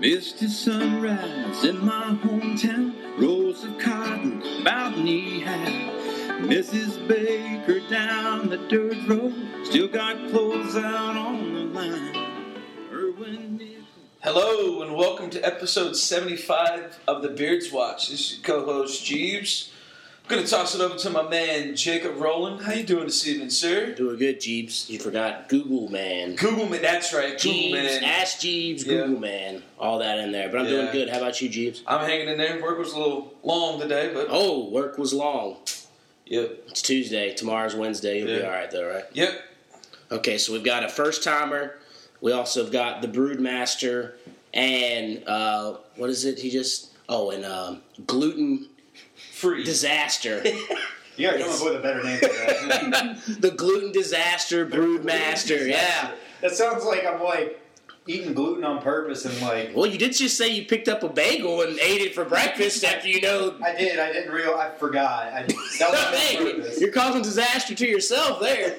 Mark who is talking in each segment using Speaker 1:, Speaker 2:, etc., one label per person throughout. Speaker 1: to sunrise in my hometown. Rolls of cotton about knee high. Mrs. Baker down the dirt road. Still got clothes out on the line. Irwin Nichols.
Speaker 2: Hello and welcome to episode 75 of the Beards Watch. This is your co-host Jeeves. I'm gonna toss it over to my man Jacob Rowland. How you doing this evening, sir?
Speaker 3: Doing good, Jeeps. You forgot Google Man.
Speaker 2: Google man, that's right, Google
Speaker 3: Jeeves,
Speaker 2: man.
Speaker 3: Ask Jeeves,
Speaker 2: Yeah.
Speaker 3: Google Man. All that in there. But I'm doing
Speaker 2: Yeah.
Speaker 3: good. How about you, Jeeves?
Speaker 2: I'm hanging in there. Work was a little long today, but
Speaker 3: Oh, work was long.
Speaker 2: yep,
Speaker 3: It's Tuesday. Tomorrow's Wednesday. You'll be
Speaker 2: Yeah.
Speaker 3: all right, though, right?
Speaker 2: yep.
Speaker 3: Okay, so we've got a first timer. We also have got the Broodmaster and uh, what is it? He just oh, and um, gluten
Speaker 2: Free.
Speaker 3: disaster.
Speaker 4: You gotta come up with a better name for that.
Speaker 3: the gluten disaster Broodmaster. Yeah.
Speaker 4: that sounds like I'm like eating gluten on purpose and like
Speaker 3: Well, you did just say you picked up a bagel and ate it for breakfast after you know
Speaker 4: I did. I didn't real. I forgot. I, that was
Speaker 3: Hey,
Speaker 4: on purpose.
Speaker 3: you're causing disaster to yourself there.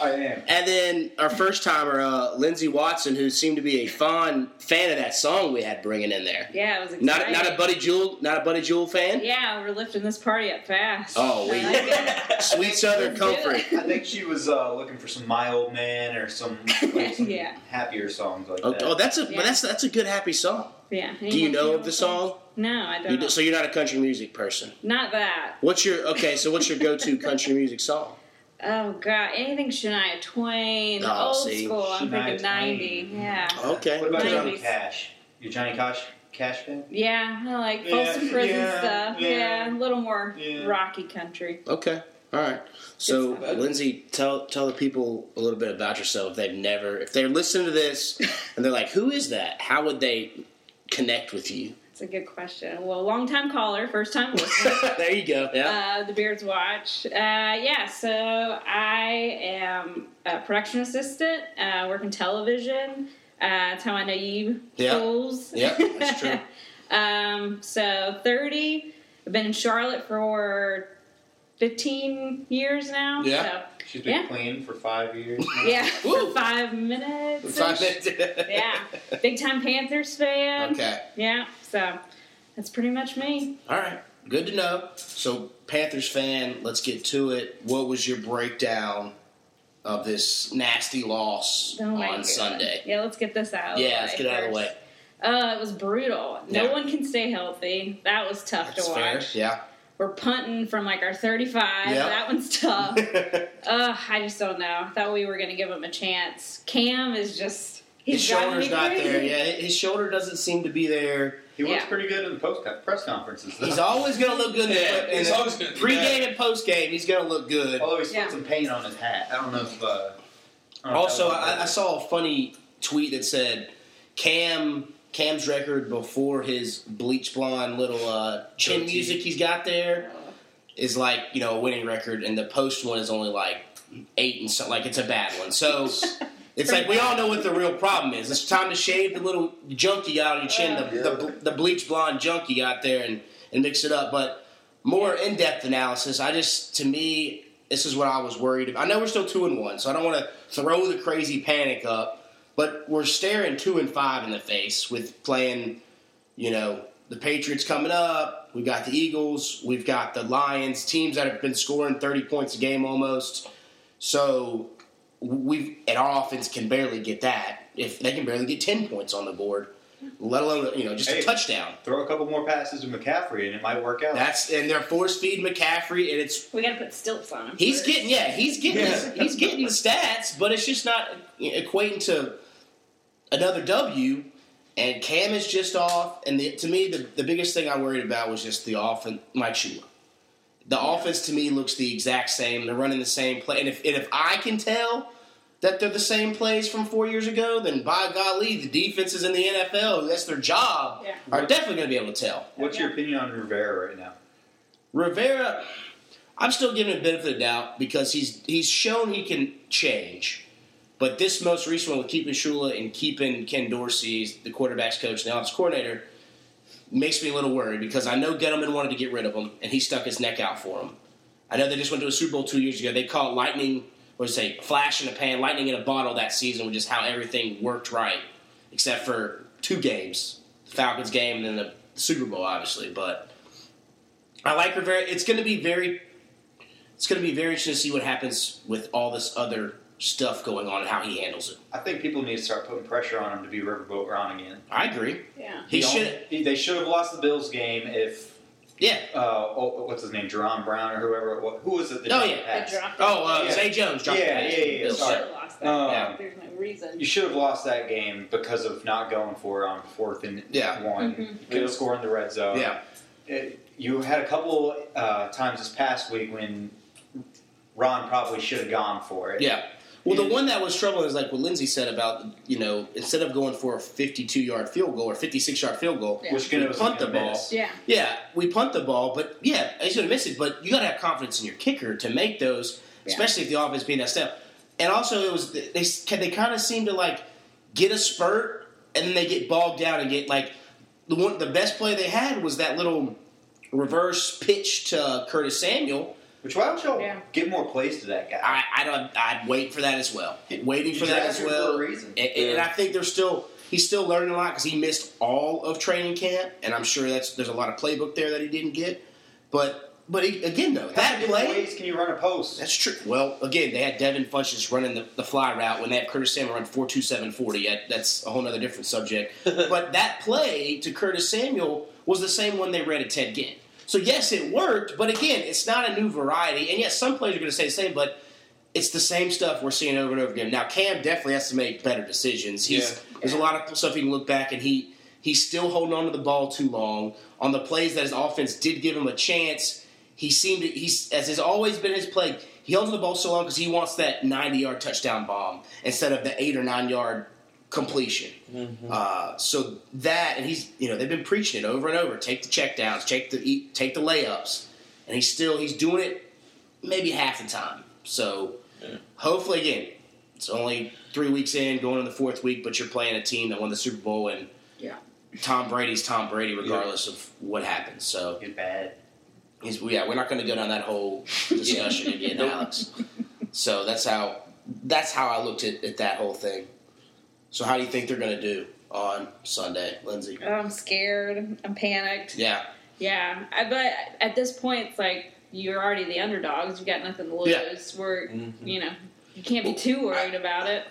Speaker 4: I am.
Speaker 3: And then our first timer, uh, Lindsey Watson, who seemed to be a fond fan of that song we had bringing in there.
Speaker 5: Yeah, it was exciting.
Speaker 3: Not not a Buddy Jewel, not a Buddy Jewel fan.
Speaker 5: Yeah, we're lifting this party up fast.
Speaker 3: Oh, we-
Speaker 5: I like it.
Speaker 3: Sweet Southern
Speaker 5: Let's do
Speaker 3: Comfort.
Speaker 4: I think she was uh, looking for some "My Old Man" or some, like, some
Speaker 5: Yeah.
Speaker 4: happier songs like
Speaker 3: Oh,
Speaker 4: that.
Speaker 3: oh, that's a but
Speaker 5: Yeah.
Speaker 3: that's that's a good happy song.
Speaker 5: yeah.
Speaker 3: Do you
Speaker 5: Anyone
Speaker 3: know
Speaker 5: feel
Speaker 3: of the song?
Speaker 5: No, I
Speaker 3: You
Speaker 5: don't.
Speaker 3: do, so you're not a country music person.
Speaker 5: Not that.
Speaker 3: What's your okay? So what's your go-to country music song?
Speaker 5: Oh God, anything Shania Twain,
Speaker 3: Oh,
Speaker 5: old
Speaker 3: see, Oh.
Speaker 5: school. I'm
Speaker 4: Shania
Speaker 5: thinking ninety.
Speaker 4: Twain.
Speaker 5: Yeah.
Speaker 3: Okay.
Speaker 4: What about
Speaker 5: Nineties.
Speaker 4: Johnny Cash? You Johnny Cash Cash fan?
Speaker 5: Yeah, I like
Speaker 4: Yeah,
Speaker 5: Folsom Prison
Speaker 4: yeah,
Speaker 5: stuff.
Speaker 4: yeah.
Speaker 5: Yeah. a little more
Speaker 4: Yeah.
Speaker 5: rocky country.
Speaker 3: Okay. All right. So,
Speaker 5: Good stuff.
Speaker 3: Lindsay, tell tell the people a little bit about yourself. If they've never, if they're listening to this and they're like, "Who is that?" How would they connect with you?
Speaker 5: It's a good question. Well, long time caller, first time listener.
Speaker 3: there you go. Yeah.
Speaker 5: uh, the Beards Watch. Uh, yeah, so I am a production assistant, uh, work in television. Uh, that's how I know you
Speaker 3: Yeah.
Speaker 5: fools.
Speaker 3: Yeah, that's true.
Speaker 5: um, so 30. I've been in Charlotte for 15 years now.
Speaker 3: Yeah.
Speaker 5: So,
Speaker 4: She's been
Speaker 5: Yeah.
Speaker 4: clean for five years.
Speaker 5: yeah,
Speaker 3: Woo.
Speaker 5: for five minutes.
Speaker 3: minutes.
Speaker 5: yeah. Big time Panthers fan.
Speaker 3: Okay.
Speaker 5: Yeah, so that's pretty much me.
Speaker 3: All right. Good to know. So, Panthers fan, let's get to it. What was your breakdown of this nasty loss
Speaker 5: Oh my
Speaker 3: on
Speaker 5: God.
Speaker 3: Sunday?
Speaker 5: Yeah, let's get this out. of the
Speaker 3: Yeah, let's
Speaker 5: way
Speaker 3: get out of the
Speaker 5: first.
Speaker 3: way.
Speaker 5: Oh, it was brutal.
Speaker 3: Yeah.
Speaker 5: No one can stay healthy. That was tough
Speaker 3: That's
Speaker 5: to
Speaker 3: fair.
Speaker 5: watch.
Speaker 3: Yeah.
Speaker 5: We're punting from like our 35.
Speaker 3: Yeah.
Speaker 5: That one's tough. Ugh, I just don't know. I thought we were going to give him a chance. Cam is just.
Speaker 3: His
Speaker 5: he's driving me
Speaker 3: shoulder's not there.
Speaker 5: crazy.
Speaker 3: Yeah, his shoulder doesn't seem to be there.
Speaker 4: He looks
Speaker 5: Yeah.
Speaker 4: pretty good in the post press conferences. Though.
Speaker 3: He's always gonna look good.
Speaker 2: Yeah,
Speaker 3: in
Speaker 2: he's
Speaker 3: the-
Speaker 2: always gonna Oh, do
Speaker 3: pre-game and post-game. He's gonna look good.
Speaker 4: Although he's
Speaker 5: Yeah.
Speaker 4: put some paint on his hat. I don't know if. Uh, I don't know if
Speaker 3: Also,
Speaker 4: that was-
Speaker 3: I, I saw a funny tweet that said Cam Cam's record before his bleach blonde little uh, chin
Speaker 2: Goatee.
Speaker 3: music he's got there is like you know a winning record, and the post one is only like eight and so like it's a bad one. So. It's like we all know what the real problem is. It's time to shave the little junk you got on your chin, the, the, bl- the bleach blonde junk you got there, and, and mix it up. But more in depth analysis, I just, to me, this is what I was worried about. I know we're still 2 and 1, so I don't want to throw the crazy panic up, but we're staring 2 and 5 in the face with playing, you know, the Patriots coming up. We've got the Eagles. We've got the Lions, teams that have been scoring 30 points a game almost. So we've and our offense can barely get that if they can barely get 10 points on the board let alone you know just
Speaker 4: Hey.
Speaker 3: a touchdown
Speaker 4: throw a couple more passes to McCaffrey and it might work out.
Speaker 3: that's and they're force feed McCaffrey and it's
Speaker 5: We got to put stilts on him.
Speaker 3: he's
Speaker 5: first.
Speaker 3: getting yeah he's getting he's getting the stats but it's just not equating to another W and Cam is just off and the, to me the, the biggest thing I worried about was just the offense Mike Shula the offense to me looks the exact same they're running the same play and if and if I can tell that they're the same plays from four years ago then by golly the defenses in the NFL that's their job
Speaker 5: Yeah.
Speaker 3: are definitely going to be able to tell
Speaker 4: What's your opinion on Rivera right now?
Speaker 3: Rivera, I'm still giving him the benefit of the doubt because he's he's shown he can change. But this most recent one with keeping Shula and keeping Ken Dorsey, the quarterback's coach and the offense coordinator, makes me a little worried because I know Gettleman wanted to get rid of him and he stuck his neck out for him. I know they just went to a Super Bowl two years ago. They call it lightning, or say flash in a pan, lightning in a bottle that season, which is how everything worked right, except for two games Falcons game and then the Super Bowl, obviously. But I like her very. It's going to be very. It's going to be very interesting to see what happens with all this other stuff going on and how he handles it.
Speaker 4: I think people need to start putting pressure on him to be Riverboat Ron again.
Speaker 3: I agree.
Speaker 5: Yeah.
Speaker 3: He
Speaker 4: The only-
Speaker 3: should.
Speaker 4: he- They should have lost the Bills game if.
Speaker 3: Yeah.
Speaker 4: Uh, oh, what's his name? Jerron Brown or whoever. it wa- Who was it? that
Speaker 3: Oh,
Speaker 4: dropped
Speaker 3: yeah.
Speaker 4: the
Speaker 5: I
Speaker 4: pass?
Speaker 5: dropped
Speaker 3: Oh, uh,
Speaker 4: Yeah.
Speaker 3: Zay Jones. dropped
Speaker 4: Yeah,
Speaker 3: the pass
Speaker 4: yeah,
Speaker 3: to the
Speaker 4: yeah,
Speaker 5: it.
Speaker 3: Bills.
Speaker 4: sorry.
Speaker 5: Should've lost that.
Speaker 4: Um,
Speaker 5: There's no reason.
Speaker 4: You should have lost that game because of not going for it on fourth and
Speaker 3: Yeah.
Speaker 4: one.
Speaker 5: Mhm.
Speaker 4: Couldn't score in the red zone.
Speaker 3: Yeah.
Speaker 4: It- you had a couple uh, times this past week when Ron probably should have gone for it.
Speaker 3: Yeah. Well, the one that was troubling is like what Lindsay said about you know instead of going for a 52 yard field goal or 56 yard field goal,
Speaker 5: Yeah.
Speaker 4: Which could
Speaker 3: We
Speaker 4: have
Speaker 3: punt the ball.
Speaker 5: Yeah.
Speaker 3: Yeah, we punt the ball, but yeah, he's going to miss it. But you got to have confidence in your kicker to make those,
Speaker 5: Yeah.
Speaker 3: especially if the offense being that step. And also, it was they they kind of seem to like get a spurt and then they get bogged down and get like the one the best play they had was that little reverse pitch to Curtis Samuel.
Speaker 4: Which why don't y'all
Speaker 5: Yeah.
Speaker 4: give more plays to that guy?
Speaker 3: I I don't I'd wait for that as well. Waiting
Speaker 4: You
Speaker 3: for that
Speaker 4: drafted
Speaker 3: as
Speaker 4: him
Speaker 3: well.
Speaker 4: for a reason.
Speaker 3: And, and I think there's still he's still learning a lot because he missed all of training camp, and I'm sure that's there's a lot of playbook there that he didn't get. But but he, again though
Speaker 4: How
Speaker 3: that
Speaker 4: many
Speaker 3: play
Speaker 4: ways can you run a post?
Speaker 3: that's true. Well, again they had Devin Funches running the, the fly route when they had Curtis Samuel run four two seven forty. That's a whole other different subject. but that play to Curtis Samuel was the same one they read at Ted Ginn. So yes, it worked, but again, it's not a new variety. And yes, some plays are going to stay the same, but it's the same stuff we're seeing over and over again. Now Cam definitely has to make better decisions. He's there's a lot of stuff he can look back and he he's still holding on to the ball too long. On the plays that his offense did give him a chance, he seemed to he's as has always been his play. He holds the ball so long because he wants that 90 yard touchdown bomb instead of the eight or nine yard completion. Uh, so that and he's you know they've been preaching it over and over. Take the checkdowns, take the eat, take the layups, and he's still he's doing it maybe half the time. So hopefully again, it's only three weeks in, going in the fourth week, but you're playing a team that won the Super Bowl and
Speaker 5: Yeah.
Speaker 3: Tom Brady's Tom Brady regardless of what happens. So
Speaker 4: He's bad.
Speaker 3: he's, yeah, we're not going to go down that whole discussion again, Alex. So that's how that's how I looked at, at that whole thing. So how do you think they're going to do on Sunday, Lindsay?
Speaker 5: Oh, I'm scared. I'm panicked.
Speaker 3: Yeah,
Speaker 5: Yeah. I, but at this point, it's like you're already the underdogs. You've got nothing to lose.
Speaker 3: Yeah.
Speaker 5: We're,
Speaker 2: Mhm.
Speaker 5: you know, you can't be too worried about it.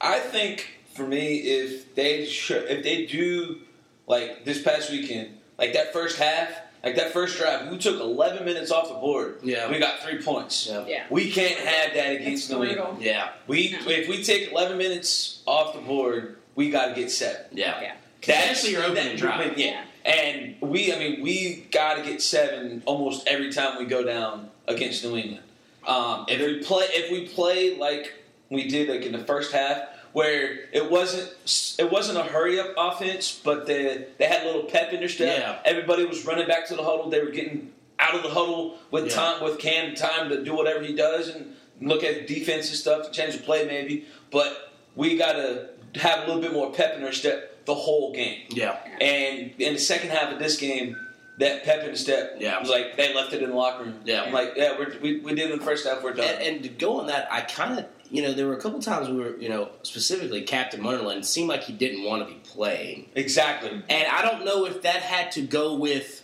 Speaker 2: I think for me, if they sh- if they do like this past weekend, like that first half, like that first drive, we took 11 minutes off the board.
Speaker 3: Yeah.
Speaker 2: we got three points.
Speaker 3: yeah,
Speaker 5: Yeah.
Speaker 2: We can't have that against
Speaker 5: It's
Speaker 2: New England.
Speaker 5: brutal.
Speaker 3: yeah,
Speaker 2: We
Speaker 5: No.
Speaker 2: if we take 11 minutes off the board, we got to get seven.
Speaker 3: yeah.
Speaker 5: Yeah.
Speaker 3: That's your opening
Speaker 2: that-
Speaker 3: drive.
Speaker 2: Yeah. And we, I mean, we got to get seven almost every time we go down against New England. Um, if we play, if we play like we did, like in the first half, where it wasn't, it wasn't a hurry up offense, but they they had a little pep in their step.
Speaker 3: Yeah.
Speaker 2: Everybody was running back to the huddle. They were getting out of the huddle with
Speaker 3: Yeah.
Speaker 2: time with Cam time to do whatever he does and look at defense and stuff, change the play maybe. But we gotta have a little bit more pep in our step the whole game.
Speaker 3: yeah.
Speaker 2: And in the second half of this game, that pep in the step
Speaker 3: Yeah.
Speaker 2: was like they left it in the locker room.
Speaker 3: Yeah.
Speaker 2: I'm like yeah, we're, we we did it in the first half. We're done.
Speaker 3: And, and to go on that, I kind of, you know, there were a couple times we were, you know, specifically Captain Munderland seemed like he didn't want to be playing.
Speaker 2: exactly.
Speaker 3: And I don't know if that had to go with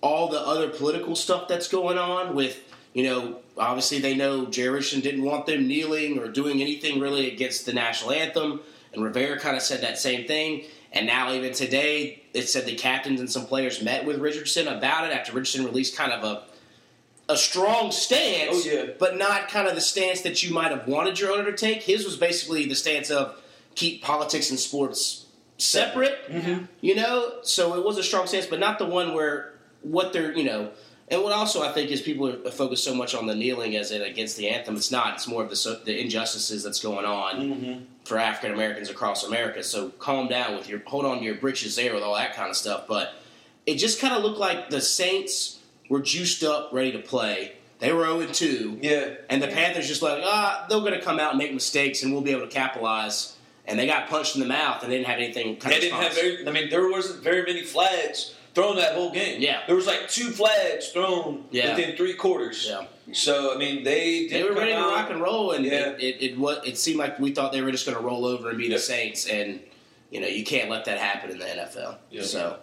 Speaker 3: all the other political stuff that's going on with, you know, obviously they know Jerrison didn't want them kneeling or doing anything really against the national anthem. And Rivera kind of said that same thing. And now even today, it said the captains and some players met with Richardson about it after Richardson released kind of a a strong stance,
Speaker 2: Oh, yeah.
Speaker 3: but not kind of the stance that you might have wanted your owner to take. His was basically the stance of keep politics and sports
Speaker 2: Mm-hmm.
Speaker 3: separate. You know, so it was a strong stance, but not the one where what they're you know. And what also I think is people are focused so much on the kneeling as in against the anthem. It's not. It's more of the so- the injustices that's going on
Speaker 2: Mm-hmm.
Speaker 3: for African Americans across America. So calm down with your hold on to your britches there with all that kind of stuff. But it just kind of looked like the Saints were juiced up, ready to play. They were 0 2.
Speaker 2: Yeah.
Speaker 3: And the Panthers just like, ah, they're going to come out and make mistakes and we'll be able to capitalize. And they got punched in the mouth and they didn't have anything. Kind
Speaker 2: They
Speaker 3: of
Speaker 2: didn't have
Speaker 3: response.
Speaker 2: very. I mean, there wasn't very many flags thrown that whole game.
Speaker 3: Yeah.
Speaker 2: There was like two flags thrown
Speaker 3: Yeah.
Speaker 2: within three quarters.
Speaker 3: Yeah.
Speaker 2: So I mean, they did
Speaker 3: They were
Speaker 2: come
Speaker 3: ready to
Speaker 2: out.
Speaker 3: rock and roll, and
Speaker 2: Yeah.
Speaker 3: it, it, it, wa- it seemed like we thought they were just going to roll over and be the
Speaker 2: Yep.
Speaker 3: Saints, and You know, you can't let that happen in the NFL.
Speaker 2: Yeah.
Speaker 3: So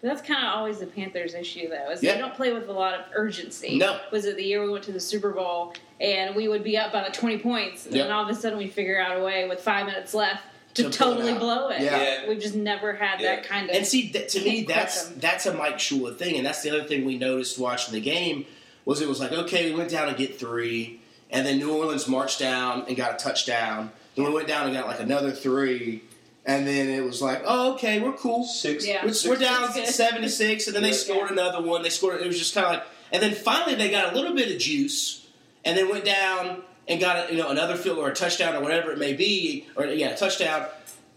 Speaker 5: But that's kind of always the Panthers' issue, though, is
Speaker 3: Yeah.
Speaker 5: they don't play with a lot of urgency.
Speaker 3: No.
Speaker 5: Was it the year we went to the Super Bowl and we would be up by like 20 points, and
Speaker 3: Yep.
Speaker 5: then all of a sudden we figure out a way with five minutes left
Speaker 3: To
Speaker 5: to,
Speaker 3: blow it
Speaker 5: totally
Speaker 3: out.
Speaker 5: blow it.
Speaker 3: Yeah.
Speaker 2: Yeah.
Speaker 5: We've just never had
Speaker 2: Yeah.
Speaker 5: that kind of.
Speaker 3: and see that, to me
Speaker 5: Can't crush
Speaker 3: that's
Speaker 5: them.
Speaker 3: that's a Mike Shula thing, and that's the other thing we noticed watching the game was it was like okay, we went down and get three, and then New Orleans marched down and got a touchdown. Then we went down and got like another three, and then it was like oh, okay, we're cool.
Speaker 2: Six.
Speaker 5: Yeah.
Speaker 3: We're, we're down
Speaker 5: That's good.
Speaker 3: seven to six, and then they
Speaker 2: Yeah.
Speaker 3: scored another one. They scored. It was just kind of like, and then finally they got a little bit of juice, and then went down and got a, you know another field or a touchdown or whatever it may be, or yeah, a touchdown.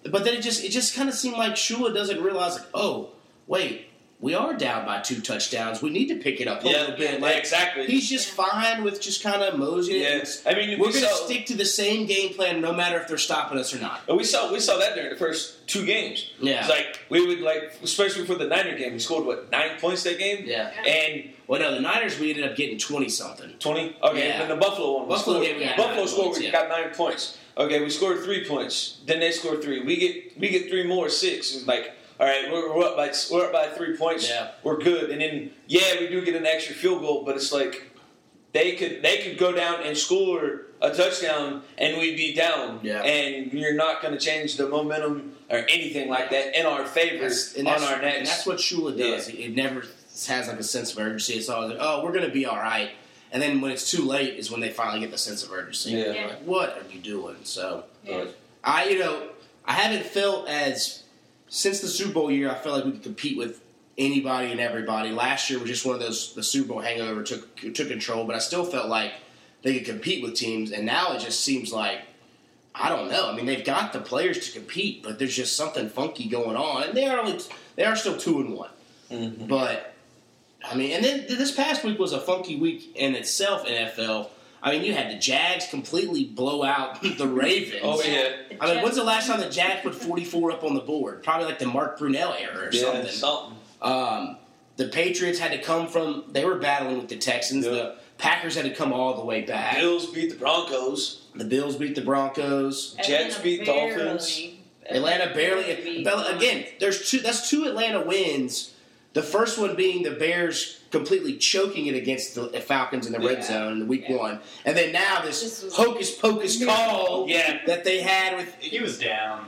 Speaker 3: But then it just it just kind of seemed like Shula doesn't realize like, oh wait, we are down by two touchdowns. We need to pick it up a
Speaker 2: Yeah,
Speaker 3: little bit.
Speaker 2: yeah,
Speaker 3: Like
Speaker 2: exactly.
Speaker 3: he's just fine with just kind of moseying.
Speaker 2: yeah. I mean,
Speaker 3: We're
Speaker 2: we
Speaker 3: going to
Speaker 2: saw,
Speaker 3: stick to the same game plan no matter if they're stopping us or not.
Speaker 2: we saw we saw that during the first two games.
Speaker 3: Yeah.
Speaker 2: It's like we would like, especially for the Niner game, we scored what nine points that game.
Speaker 3: Yeah.
Speaker 2: And
Speaker 3: Well, no, the Niners we ended up getting twenty something.
Speaker 2: twenty. Okay.
Speaker 3: Yeah.
Speaker 2: And then the Buffalo one. we
Speaker 3: Buffalo
Speaker 2: scored-
Speaker 3: game, we got
Speaker 2: Buffalo
Speaker 3: nine
Speaker 2: scored.
Speaker 3: points,
Speaker 2: we
Speaker 3: yeah.
Speaker 2: got nine points. Okay. We scored three points. Then they scored three. We get we get three more. Six. It's like. All right, we're, we're up by we're up by three points.
Speaker 3: Yeah.
Speaker 2: We're good, and then yeah, we do get an extra field goal, but it's like they could they could go down and score a touchdown and we'd be down.
Speaker 3: Yeah.
Speaker 2: And you're not going to change the momentum or anything like that in our favor
Speaker 3: That's-
Speaker 2: on
Speaker 3: and that's-
Speaker 2: our
Speaker 3: and
Speaker 2: next.
Speaker 3: that's what Shula does. It never has like a sense of urgency. It's always like, oh, we're gonna be all right. And then when it's too late is when they finally get the sense of urgency.
Speaker 2: Yeah.
Speaker 5: Yeah.
Speaker 3: Like, what are you doing? So
Speaker 5: Yeah.
Speaker 3: I, you know, I haven't felt as since the Super Bowl year. I felt like we could compete with anybody and everybody. Last year was just one of those. The Super Bowl hangover took took control, but I still felt like they could compete with teams. And now it just seems like I don't know. I mean, they've got the players to compete, but there's just something funky going on. And they are only they are still two and one,
Speaker 2: Mhm.
Speaker 3: but I mean, and then this past week was a funky week in itself. NFL. I mean, you had the Jags completely blow out the Ravens.
Speaker 2: Oh yeah,
Speaker 3: I mean, when's the last time the Jack put 44 up on the board? Probably like the Mark Brunell era or
Speaker 2: yeah,
Speaker 3: something.
Speaker 2: something.
Speaker 3: Um, the Patriots had to come from, they were battling with the Texans.
Speaker 2: Yeah.
Speaker 3: The Packers had to come all the way back.
Speaker 2: Bills beat the Broncos.
Speaker 3: The Bills beat the Broncos.
Speaker 2: Jets beat Dolphins.
Speaker 3: Atlanta barely.
Speaker 5: beat-
Speaker 3: Bella, again, there's two. That's two Atlanta wins. The first one being the Bears completely choking it against the Falcons in the red
Speaker 5: Yeah.
Speaker 3: zone in the week
Speaker 5: Yeah.
Speaker 3: one, and then now this,
Speaker 5: This was-
Speaker 3: hocus pocus call
Speaker 2: Yeah.
Speaker 3: that they had with
Speaker 4: He was down.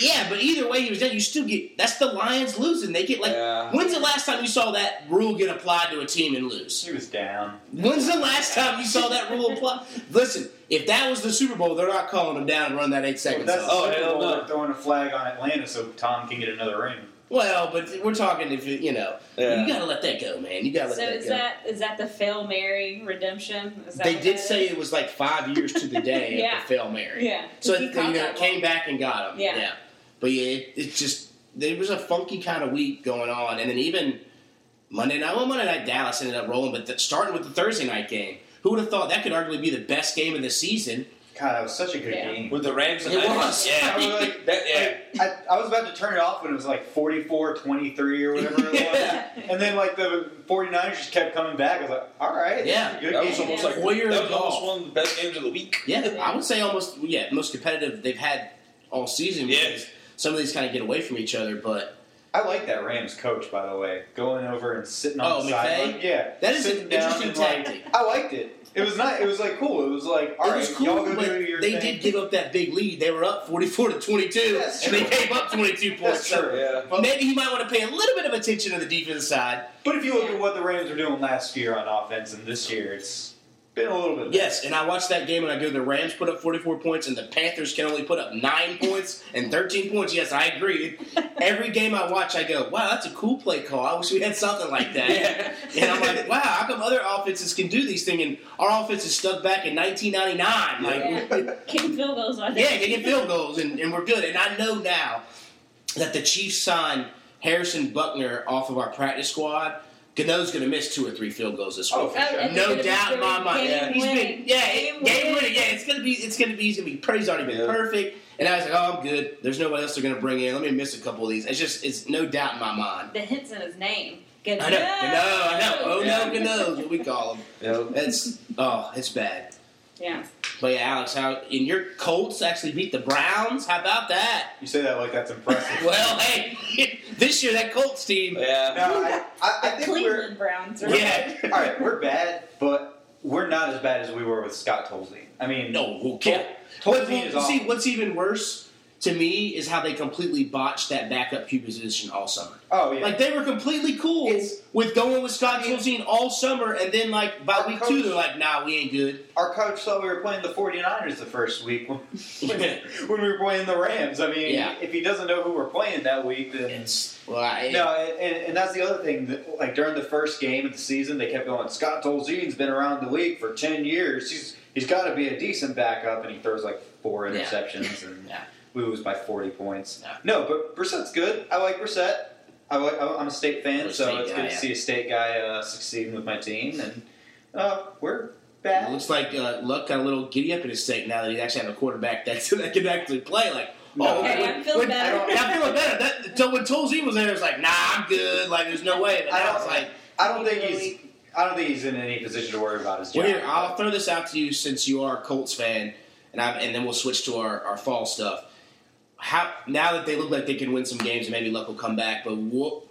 Speaker 3: Yeah, but either way he was dead, you still get that's the Lions losing. They get like
Speaker 2: Yeah.
Speaker 3: when's the last time you saw that rule get applied to a team and lose?
Speaker 4: He was down.
Speaker 3: When's the last time you saw that rule apply? Listen, if that was the Super Bowl, they're not calling them down and run that eight
Speaker 4: Well,
Speaker 3: seconds.
Speaker 4: that's
Speaker 3: off.
Speaker 2: Oh,
Speaker 4: the Super
Speaker 2: hell
Speaker 4: Bowl.
Speaker 2: no.
Speaker 4: They're throwing a flag on Atlanta so Tom can get another ring.
Speaker 3: Well, but we're talking if you you know
Speaker 2: Yeah.
Speaker 3: you gotta let that go, man. You gotta let
Speaker 5: So
Speaker 3: that
Speaker 5: is
Speaker 3: go.
Speaker 5: that is that the fail Mary redemption? Is that
Speaker 3: they
Speaker 5: what
Speaker 3: did
Speaker 5: that
Speaker 3: say
Speaker 5: is?
Speaker 3: it was like five years to the day
Speaker 5: Yeah.
Speaker 3: after Fail Mary.
Speaker 5: Yeah.
Speaker 3: So uh,
Speaker 5: He
Speaker 3: it, you
Speaker 5: caught
Speaker 3: know,
Speaker 5: that
Speaker 3: it came
Speaker 5: one.
Speaker 3: back and got him.
Speaker 5: Yeah.
Speaker 3: But yeah, it, it just there was a funky kind of week going on, and then even Monday night, well, Monday night Dallas ended up rolling, but th- starting with the Thursday night game, who would have thought that could arguably be the best game of the season?
Speaker 4: God, that was such a good
Speaker 5: Yeah.
Speaker 4: game.
Speaker 2: With the Rams, and
Speaker 3: It
Speaker 2: Niners.
Speaker 3: was.
Speaker 2: Yeah, I was like, that, yeah.
Speaker 4: Like, I, I was about to turn it off when it was like 44 23 or whatever it was.
Speaker 3: Yeah.
Speaker 4: And then like the 49ers just kept coming back. I was like, all right.
Speaker 3: Yeah.
Speaker 4: this is a good
Speaker 2: That was
Speaker 4: game.
Speaker 2: almost like
Speaker 3: Warrior
Speaker 2: that was almost
Speaker 3: golf.
Speaker 2: one of the best games of the week.
Speaker 3: Yeah, I would say almost yeah most competitive they've had all season.
Speaker 2: Yeah.
Speaker 3: because Some of these kind of get away from each other, but
Speaker 4: I like that Rams coach, by the way, going over and sitting on
Speaker 3: Oh,
Speaker 4: the
Speaker 3: McVay?
Speaker 4: sideline. Yeah,
Speaker 3: That is an
Speaker 4: sitting down
Speaker 3: interesting
Speaker 4: and, like,
Speaker 3: tactic.
Speaker 4: I liked it. It was not. It was like cool. It was like all
Speaker 3: it was
Speaker 4: right,
Speaker 3: cool.
Speaker 4: y'all go
Speaker 3: but
Speaker 4: do your
Speaker 3: they
Speaker 4: thing.
Speaker 3: did give up that big lead. They were up forty-four to twenty-two,
Speaker 4: That's
Speaker 3: and they
Speaker 4: true.
Speaker 3: gave up twenty-two points.
Speaker 4: That's
Speaker 3: So
Speaker 4: true.
Speaker 2: Yeah.
Speaker 3: But maybe he might want to pay a little bit of attention to the defense side.
Speaker 4: But if you look
Speaker 5: Yeah.
Speaker 4: at what the Rams were doing last year on offense and this year, it's been a little bit.
Speaker 3: Yes, and I watched that game and I go, the Rams put up 44 points and the Panthers can only put up 9 points and 13 points. Yes, I agree. Every game I watch, I go, wow, that's a cool play call. I wish we had something like that. And I'm like, wow, how come other offenses can do these things and our offense is stuck back in 1999? Like,
Speaker 5: King Phil goes on.
Speaker 3: Yeah, they get field goals, and, and we're good. And I know now that the Chiefs signed Harrison Buckner off of our practice squad. Gano's going to miss two or three field goals this week.
Speaker 4: Oh, for
Speaker 5: Oh, and
Speaker 3: No
Speaker 5: it's gonna
Speaker 3: doubt
Speaker 5: be
Speaker 3: in my mind.
Speaker 5: Game
Speaker 3: He's
Speaker 5: winning.
Speaker 3: been yeah, game,
Speaker 5: Game
Speaker 3: game winner.
Speaker 5: winning.
Speaker 3: Yeah, it's gonna be it's gonna be he's gonna be Praise already been
Speaker 2: Yeah.
Speaker 3: perfect. And I was like, oh, I'm good. There's nobody else they're gonna bring in. Let me miss a couple of these. It's just it's no doubt in my mind.
Speaker 5: The hits in his name. Good
Speaker 3: I know, no, I know. Oh
Speaker 2: Yeah.
Speaker 3: no, Gano's what we call him.
Speaker 2: Yeah.
Speaker 3: It's oh, it's bad.
Speaker 5: Yeah.
Speaker 3: But yeah, Alex, how in your Colts actually beat the Browns? How about that?
Speaker 4: You say that like that's impressive.
Speaker 3: Well, hey, this year that Colts team.
Speaker 2: Yeah.
Speaker 4: no, I, I, I think we're
Speaker 5: Cleveland Browns. Right?
Speaker 3: Yeah.
Speaker 4: all right. We're bad, but we're not as bad as we were with Scott Tolzien. I mean,
Speaker 3: No, who cares?
Speaker 4: Tol-
Speaker 3: What-
Speaker 4: Tolzien is
Speaker 3: see,
Speaker 4: awful.
Speaker 3: what's even worse to me is how they completely botched that backup QB position all summer.
Speaker 4: Oh yeah.
Speaker 3: Like they were completely cool
Speaker 4: It's-
Speaker 3: with going with Scott
Speaker 4: I mean-
Speaker 3: Tolzien all summer, and then like by
Speaker 4: Our
Speaker 3: week
Speaker 4: coach-
Speaker 3: two they're like, "Nah, we ain't good."
Speaker 4: Our coach thought we were playing the 49ers the first week when, when we were playing the Rams. I mean,
Speaker 3: Yeah.
Speaker 4: if he doesn't know who we're playing that week, then.
Speaker 3: It's- well, I-
Speaker 4: No, and, and and that's the other thing. That, like during the first game of the season, they kept going. Scott Tolzien's been around the league for ten years. He's he's got to be a decent backup, and he throws like four
Speaker 3: Yeah.
Speaker 4: interceptions, and
Speaker 3: Yeah.
Speaker 4: we lose by forty points.
Speaker 3: Yeah.
Speaker 4: No, but Brissett's good. I like Brissett. I like, I'm a state fan,
Speaker 3: We're a
Speaker 4: so
Speaker 3: state
Speaker 4: it's
Speaker 3: guy,
Speaker 4: good
Speaker 3: yeah.
Speaker 4: to see a state guy uh, succeeding with my team, and uh, we're
Speaker 3: It
Speaker 4: bad.
Speaker 3: looks like uh, Luck got a little giddy up in his state now that he actually have a quarterback that, that can actually play. Like,
Speaker 4: No.
Speaker 3: oh,
Speaker 4: Hey,
Speaker 3: when-
Speaker 5: I'm feeling
Speaker 3: when-
Speaker 5: better.
Speaker 3: I don't- I'm feeling better. That, so when Tolzien was there, it was like, nah, I'm good. Like, there's no way. But
Speaker 4: I
Speaker 3: now
Speaker 4: don't-
Speaker 3: it's like,
Speaker 4: I don't think
Speaker 5: Really?
Speaker 4: he's. I don't think he's in any position to worry about his job.
Speaker 3: well, here, I'll throw this out to you since you are a Colts fan, and I and then we'll switch to our, our fall stuff. How now that they look like they can win some games, and maybe Luck will come back. But what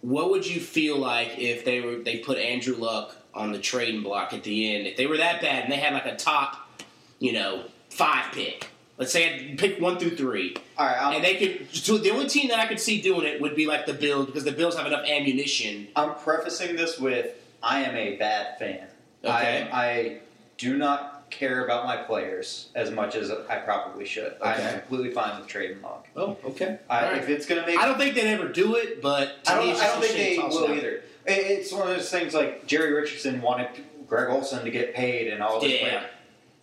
Speaker 3: what would you feel like if they were they put Andrew Luck on the trading block at the end? If they were that bad and they had like a top, you know, five pick. Let's say I'd pick one through three,
Speaker 4: All right, I'm,
Speaker 3: and they could. So the only team that I could see doing it would be like the Bills because the Bills have enough ammunition.
Speaker 4: I'm prefacing this with I am a bad fan.
Speaker 3: Okay.
Speaker 4: I, I do not care about my players as much as I probably should.
Speaker 3: Okay.
Speaker 4: I'm completely fine with trading Monk.
Speaker 3: Oh, okay.
Speaker 4: I,
Speaker 3: All right.
Speaker 4: If it's going to make,
Speaker 3: I don't think they'd ever do it, but to
Speaker 4: I
Speaker 3: me,
Speaker 4: don't,
Speaker 3: it's
Speaker 4: I
Speaker 3: just
Speaker 4: don't
Speaker 3: a
Speaker 4: think
Speaker 3: shame
Speaker 4: they
Speaker 3: toss it
Speaker 4: will
Speaker 3: out.
Speaker 4: either. It- It's one of those things like Jerry Richardson wanted Greg Olson to get paid and all this.
Speaker 3: Yeah.
Speaker 4: crap.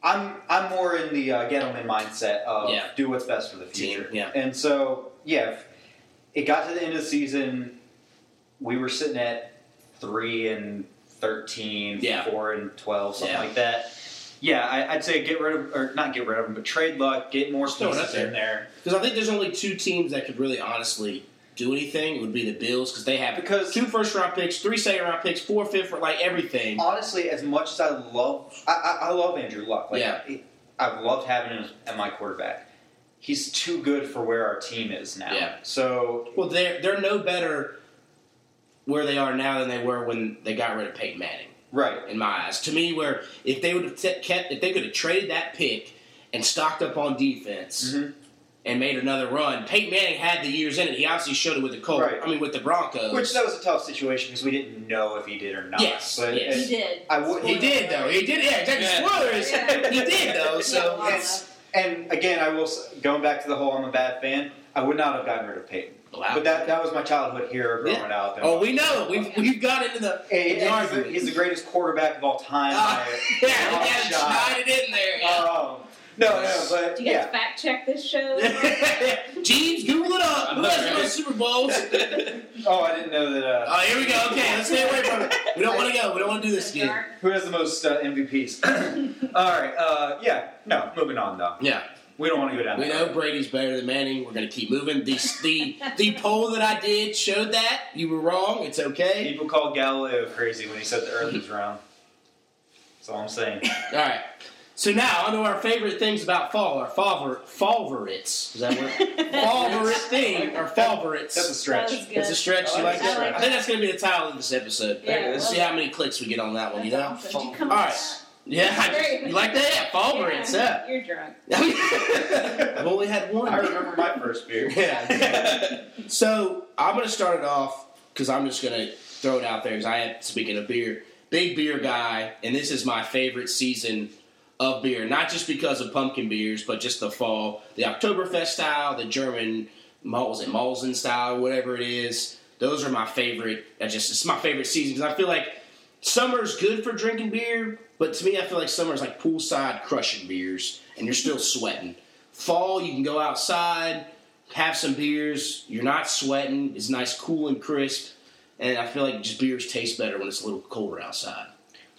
Speaker 4: I'm I'm more in the uh, Gettleman mindset of
Speaker 3: Yeah.
Speaker 4: do what's best for the
Speaker 3: Team,
Speaker 4: future.
Speaker 3: yeah.
Speaker 4: And so yeah, if it got to the end of the season. We were sitting at three and thirteen,
Speaker 3: Yeah.
Speaker 4: four and twelve, something
Speaker 3: Yeah.
Speaker 4: like that. Yeah, I, I'd say get rid of or not get rid of them, but trade luck, get more
Speaker 3: Just throw it
Speaker 4: pieces
Speaker 3: up there.
Speaker 4: in there
Speaker 3: Because I think there's only two teams that could really honestly do anything. It would be the Bills because they have
Speaker 4: because
Speaker 3: two first round picks, three second round picks, four fifth, like everything.
Speaker 4: honestly, as much as I love, I, I, I love Andrew Luck. Like,
Speaker 3: Yeah.
Speaker 4: he- I've loved having him at my quarterback. He's too good for where our team is now.
Speaker 3: Yeah.
Speaker 4: So
Speaker 3: Well, they're they're no better where they are now than they were when they got rid of Peyton Manning.
Speaker 4: right,
Speaker 3: in my eyes. To me, where if they would have te- kept, if they could have traded that pick and stocked up on defense
Speaker 4: Mhm.
Speaker 3: and made another run, Peyton Manning had the years in it. He obviously showed it with the Colts.
Speaker 4: Right.
Speaker 3: I mean, with the Broncos.
Speaker 4: which that was a tough situation because we didn't know if he did or not.
Speaker 3: Yes,
Speaker 4: But
Speaker 3: yes.
Speaker 5: He did.
Speaker 4: I would-
Speaker 3: he did though. He did. Yeah, exactly.
Speaker 2: Yeah.
Speaker 3: Spoilers.
Speaker 5: Yeah.
Speaker 3: He did though. So
Speaker 5: Yeah.
Speaker 3: it's
Speaker 4: And again, I will s- going back to the whole I'm a bad fan. I would not have gotten rid of Peyton, but that that was my childhood hero growing up. And
Speaker 3: Ah. Oh, we know. We've we've got into the.
Speaker 4: And- and
Speaker 3: the
Speaker 4: he's, the,
Speaker 3: argument.
Speaker 4: he's the greatest quarterback of all time.
Speaker 3: Ah,
Speaker 4: I-
Speaker 3: yeah, we
Speaker 4: I-
Speaker 3: got to
Speaker 4: shot.
Speaker 3: slide it in there.
Speaker 2: Uh,
Speaker 3: yeah.
Speaker 4: Um, no, no, but
Speaker 5: Do you guys
Speaker 4: yeah.
Speaker 5: fact check this show?
Speaker 3: James, Google it up.
Speaker 2: I'm
Speaker 3: Who
Speaker 2: not
Speaker 3: has the
Speaker 2: ready.
Speaker 3: most Super Bowls?
Speaker 4: Oh, I didn't know that. Uh,
Speaker 3: Oh, here we go. Okay, let's stay away from it. We don't want to go. We don't want to do this again.
Speaker 4: Who has the most uh, MVPs? All right. Uh, yeah. No. Moving on though.
Speaker 3: Yeah,
Speaker 4: We don't want to go down.
Speaker 3: we
Speaker 4: that
Speaker 3: know
Speaker 4: road.
Speaker 3: Brady's better than Manning. We're going to keep moving. The, the the poll that I did showed that you were wrong. It's okay.
Speaker 4: People call Galileo crazy when he said the Earth is round. That's all I'm saying.
Speaker 3: All right. So now on to our favorite things about fall. Our favor favorites. Is that what? favorite thing or
Speaker 4: That's a
Speaker 3: favorites?
Speaker 5: That was
Speaker 4: stretch.
Speaker 5: good.
Speaker 3: It's a stretch. You like
Speaker 5: I like
Speaker 3: that? I think that's going to be the title of this episode.
Speaker 5: Yeah,
Speaker 2: it
Speaker 3: Let's
Speaker 2: is.
Speaker 3: see how many clicks we get on that one. You know?
Speaker 5: That's awesome. Did you come
Speaker 3: All
Speaker 5: up
Speaker 3: right.
Speaker 5: with
Speaker 3: Yeah. I just- you like that? Yeah.
Speaker 5: that?
Speaker 3: Favorites. Yeah.
Speaker 5: You're drunk.
Speaker 3: I've only had one.
Speaker 4: I remember my first beer.
Speaker 3: Yeah. So I'm going to start it off because I'm just going to throw it out there. Because I am speaking of beer, big beer guy, and this is my favorite season of beer. Not just because of pumpkin beers, but just the fall, the Oktoberfest style, the German what was it Malzen style, whatever it is. Those are my favorite. I just it's my favorite season because I feel like summer's good for drinking beer, but to me, I feel like summer's like poolside crushing beers, and you're still sweating. Fall, you can go outside, have some beers. You're not sweating. It's nice, cool, and crisp. And I feel like just beers taste better when it's a little colder outside.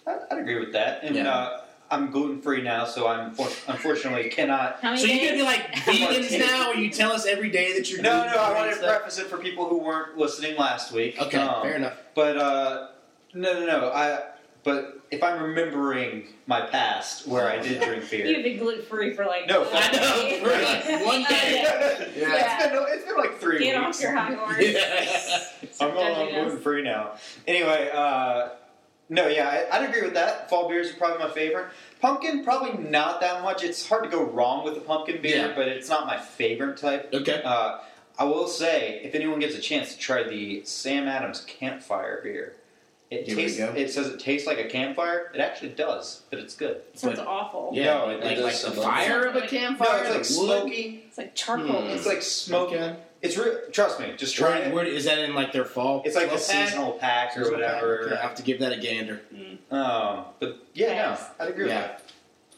Speaker 4: I, I'd agree with that. And
Speaker 3: Yeah.
Speaker 4: uh, I'm gluten free now, so I'm for- unfortunately cannot.
Speaker 5: How many
Speaker 3: So you're
Speaker 5: days?
Speaker 3: gonna be like vegans now, where you tell us every day that you're
Speaker 4: No, no. I
Speaker 3: gluten-free and
Speaker 4: wanted to
Speaker 3: stuff?
Speaker 4: preface it for people who weren't listening last week.
Speaker 3: Okay,
Speaker 4: Um,
Speaker 3: fair enough.
Speaker 4: But uh, no, no, no. I but if I'm remembering my past where I did drink beer,
Speaker 5: You've been gluten free for like
Speaker 4: No,
Speaker 3: I know. For like one day.
Speaker 5: Yeah.
Speaker 4: It's been, it's been like three
Speaker 5: Get
Speaker 4: weeks.
Speaker 5: off your high horse.
Speaker 3: Yeah.
Speaker 5: Stop
Speaker 4: I'm no longer
Speaker 5: judging us.
Speaker 4: gluten free now. Anyway, uh, no, yeah, I, I'd agree with that. Fall beers are probably my favorite. Pumpkin, probably not that much. It's hard to go wrong with the pumpkin beer,
Speaker 3: Yeah.
Speaker 4: but it's not my favorite type.
Speaker 3: Okay.
Speaker 4: Uh, I will say, if anyone gets a chance to try the Sam Adams Campfire beer, it
Speaker 3: Here we
Speaker 4: tastes.
Speaker 3: go.
Speaker 4: It says it tastes like a campfire. It actually does, but it's good.
Speaker 5: Sounds
Speaker 3: But-
Speaker 5: awful.
Speaker 3: Yeah,
Speaker 4: No, it
Speaker 3: like,
Speaker 2: does
Speaker 3: like the
Speaker 2: sound like-
Speaker 3: fire of a
Speaker 4: No,
Speaker 3: campfire.
Speaker 4: it's like
Speaker 3: the wood?
Speaker 4: smoky.
Speaker 5: It's like charcoal.
Speaker 3: Hmm.
Speaker 4: It's like smoky.
Speaker 3: Okay.
Speaker 4: It's real. Trust me. Just try
Speaker 3: Where,
Speaker 4: it.
Speaker 3: where, is that in like their fall?
Speaker 4: It's like the
Speaker 3: fall pack?
Speaker 4: seasonal pack or
Speaker 3: Seasonal pack?
Speaker 4: whatever.
Speaker 3: Okay, I have to give that a gander.
Speaker 4: Um, but yeah,
Speaker 5: Thanks.
Speaker 4: no, I'd agree
Speaker 3: Yeah.
Speaker 4: with that.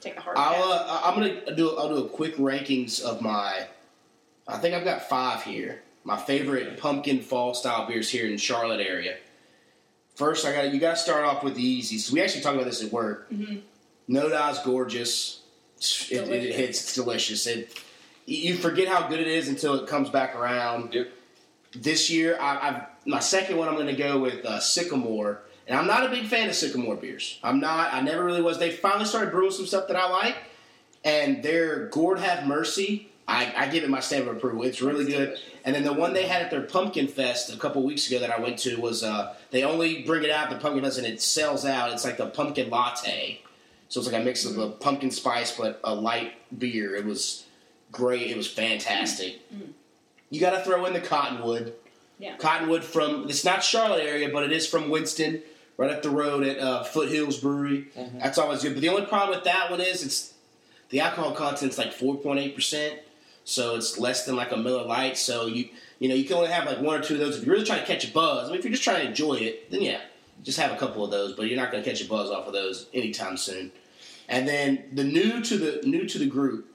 Speaker 5: Take a hard
Speaker 3: I'll
Speaker 5: pass.
Speaker 3: uh, I'm gonna do I'll do a quick rankings of my. I think I've got five here. My favorite pumpkin fall style beers here in Charlotte area. First, I got you. Got to start off with the easy. So we actually talked about this at work.
Speaker 5: Mhm.
Speaker 3: No Die's gorgeous. It, it, it,
Speaker 5: Delicious.
Speaker 3: it's delicious. It you forget how good it is until it comes back around.
Speaker 2: Yep.
Speaker 3: This year, I, I've my second one. I'm going to go with uh, Sycamore, and I'm not a big fan of Sycamore beers. I'm not. I never really was. They finally started brewing some stuff that I like, and their Gourd Have Mercy. I, I give it my stamp of approval. It's really good. And then the one they had at their Pumpkin Fest a couple weeks ago that I went to was uh, they only bring it out at the Pumpkin Fest and it sells out. It's like the pumpkin latte. So it's like a mix of a pumpkin spice but a light beer. It was great. It was fantastic. You got to throw in the Cottonwood.
Speaker 5: Yeah.
Speaker 3: Cottonwood from it's not Charlotte area, but it is from Winston, right up the road at uh, Foothills Brewery. That's always good. But the only problem with that one is it's the alcohol content's like four point eight percent, so it's less than like a Miller Light. So you you know you can only have like one or two of those if you're really trying to catch a buzz. I mean, if you're just trying to enjoy it, then yeah, just have a couple of those. But you're not going to catch a buzz off of those anytime soon. And then the new to the new to the group,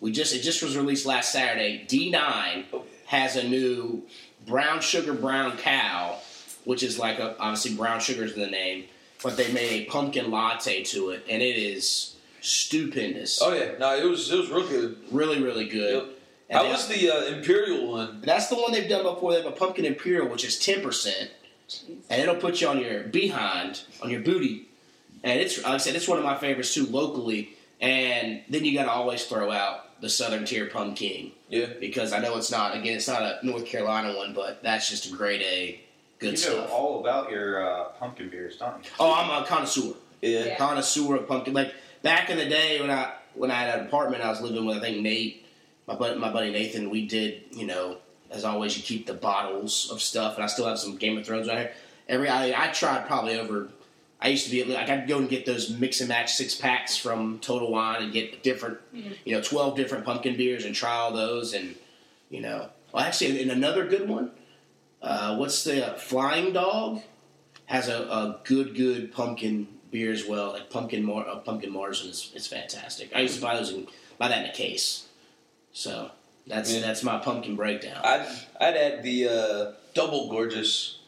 Speaker 3: we just it just was released last Saturday. D nine has a new brown sugar brown cow, which is like a, obviously brown sugar's in the name, but they made a pumpkin latte to it, and it is stupendous.
Speaker 2: Oh yeah, no, it was it was real good.
Speaker 3: Really, really good.
Speaker 2: Yep.
Speaker 3: And
Speaker 2: How
Speaker 3: they-
Speaker 2: was the uh, imperial one?
Speaker 3: that's the one they've done before. They have a pumpkin imperial, which is ten percent,
Speaker 5: Jeez.
Speaker 3: and it'll put you on your behind, on your booty. And it's like I said, it's one of my favorites too locally. And then you got to always throw out the Southern Tier Pumpkin
Speaker 2: Yeah,
Speaker 3: because I know it's not again, it's not a North Carolina one, but that's just a grade A good
Speaker 4: you know
Speaker 3: stuff.
Speaker 4: all about your uh, pumpkin beers, don't you?
Speaker 3: oh, I'm a connoisseur.
Speaker 2: yeah.
Speaker 5: Yeah.
Speaker 3: connoisseur of pumpkin. Like back in the day when I when I had an apartment, I was living with I think Nate, my buddy, my buddy Nathan. We did you know as always you keep the bottles of stuff, and I still have some Game of Thrones right here. Every I, I tried probably over. I used to be like I'd go and get those mix and match six packs from Total Wine and get different you know twelve different pumpkin beers and try all those and you know well actually and another good one. Uh, what's the uh, Flying Dog? has a, a good good pumpkin beer as well, like pumpkin mar uh, pumpkin Mars is is fantastic. I used to buy those and buy that in a case. So that's
Speaker 2: Yeah.
Speaker 3: that's my pumpkin breakdown.
Speaker 2: I'd I'd add the uh, double gorgeous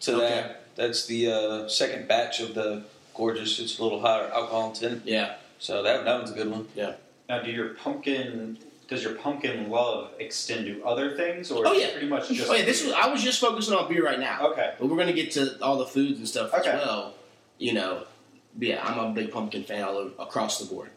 Speaker 2: to that. That's the uh, second batch of the gorgeous. It's a little higher alcohol intent,
Speaker 3: yeah,
Speaker 2: so that that one's a good one.
Speaker 4: Now, do your pumpkin does your pumpkin love extend to other things, or
Speaker 3: Oh,
Speaker 4: is it
Speaker 3: yeah.
Speaker 4: pretty much just?
Speaker 3: oh, yeah. This was I was just focusing on beer right now,
Speaker 4: okay.
Speaker 3: but we're gonna get to all the foods and stuff
Speaker 4: Okay.
Speaker 3: as well. You know, yeah, I'm a big pumpkin fan all over, across the board.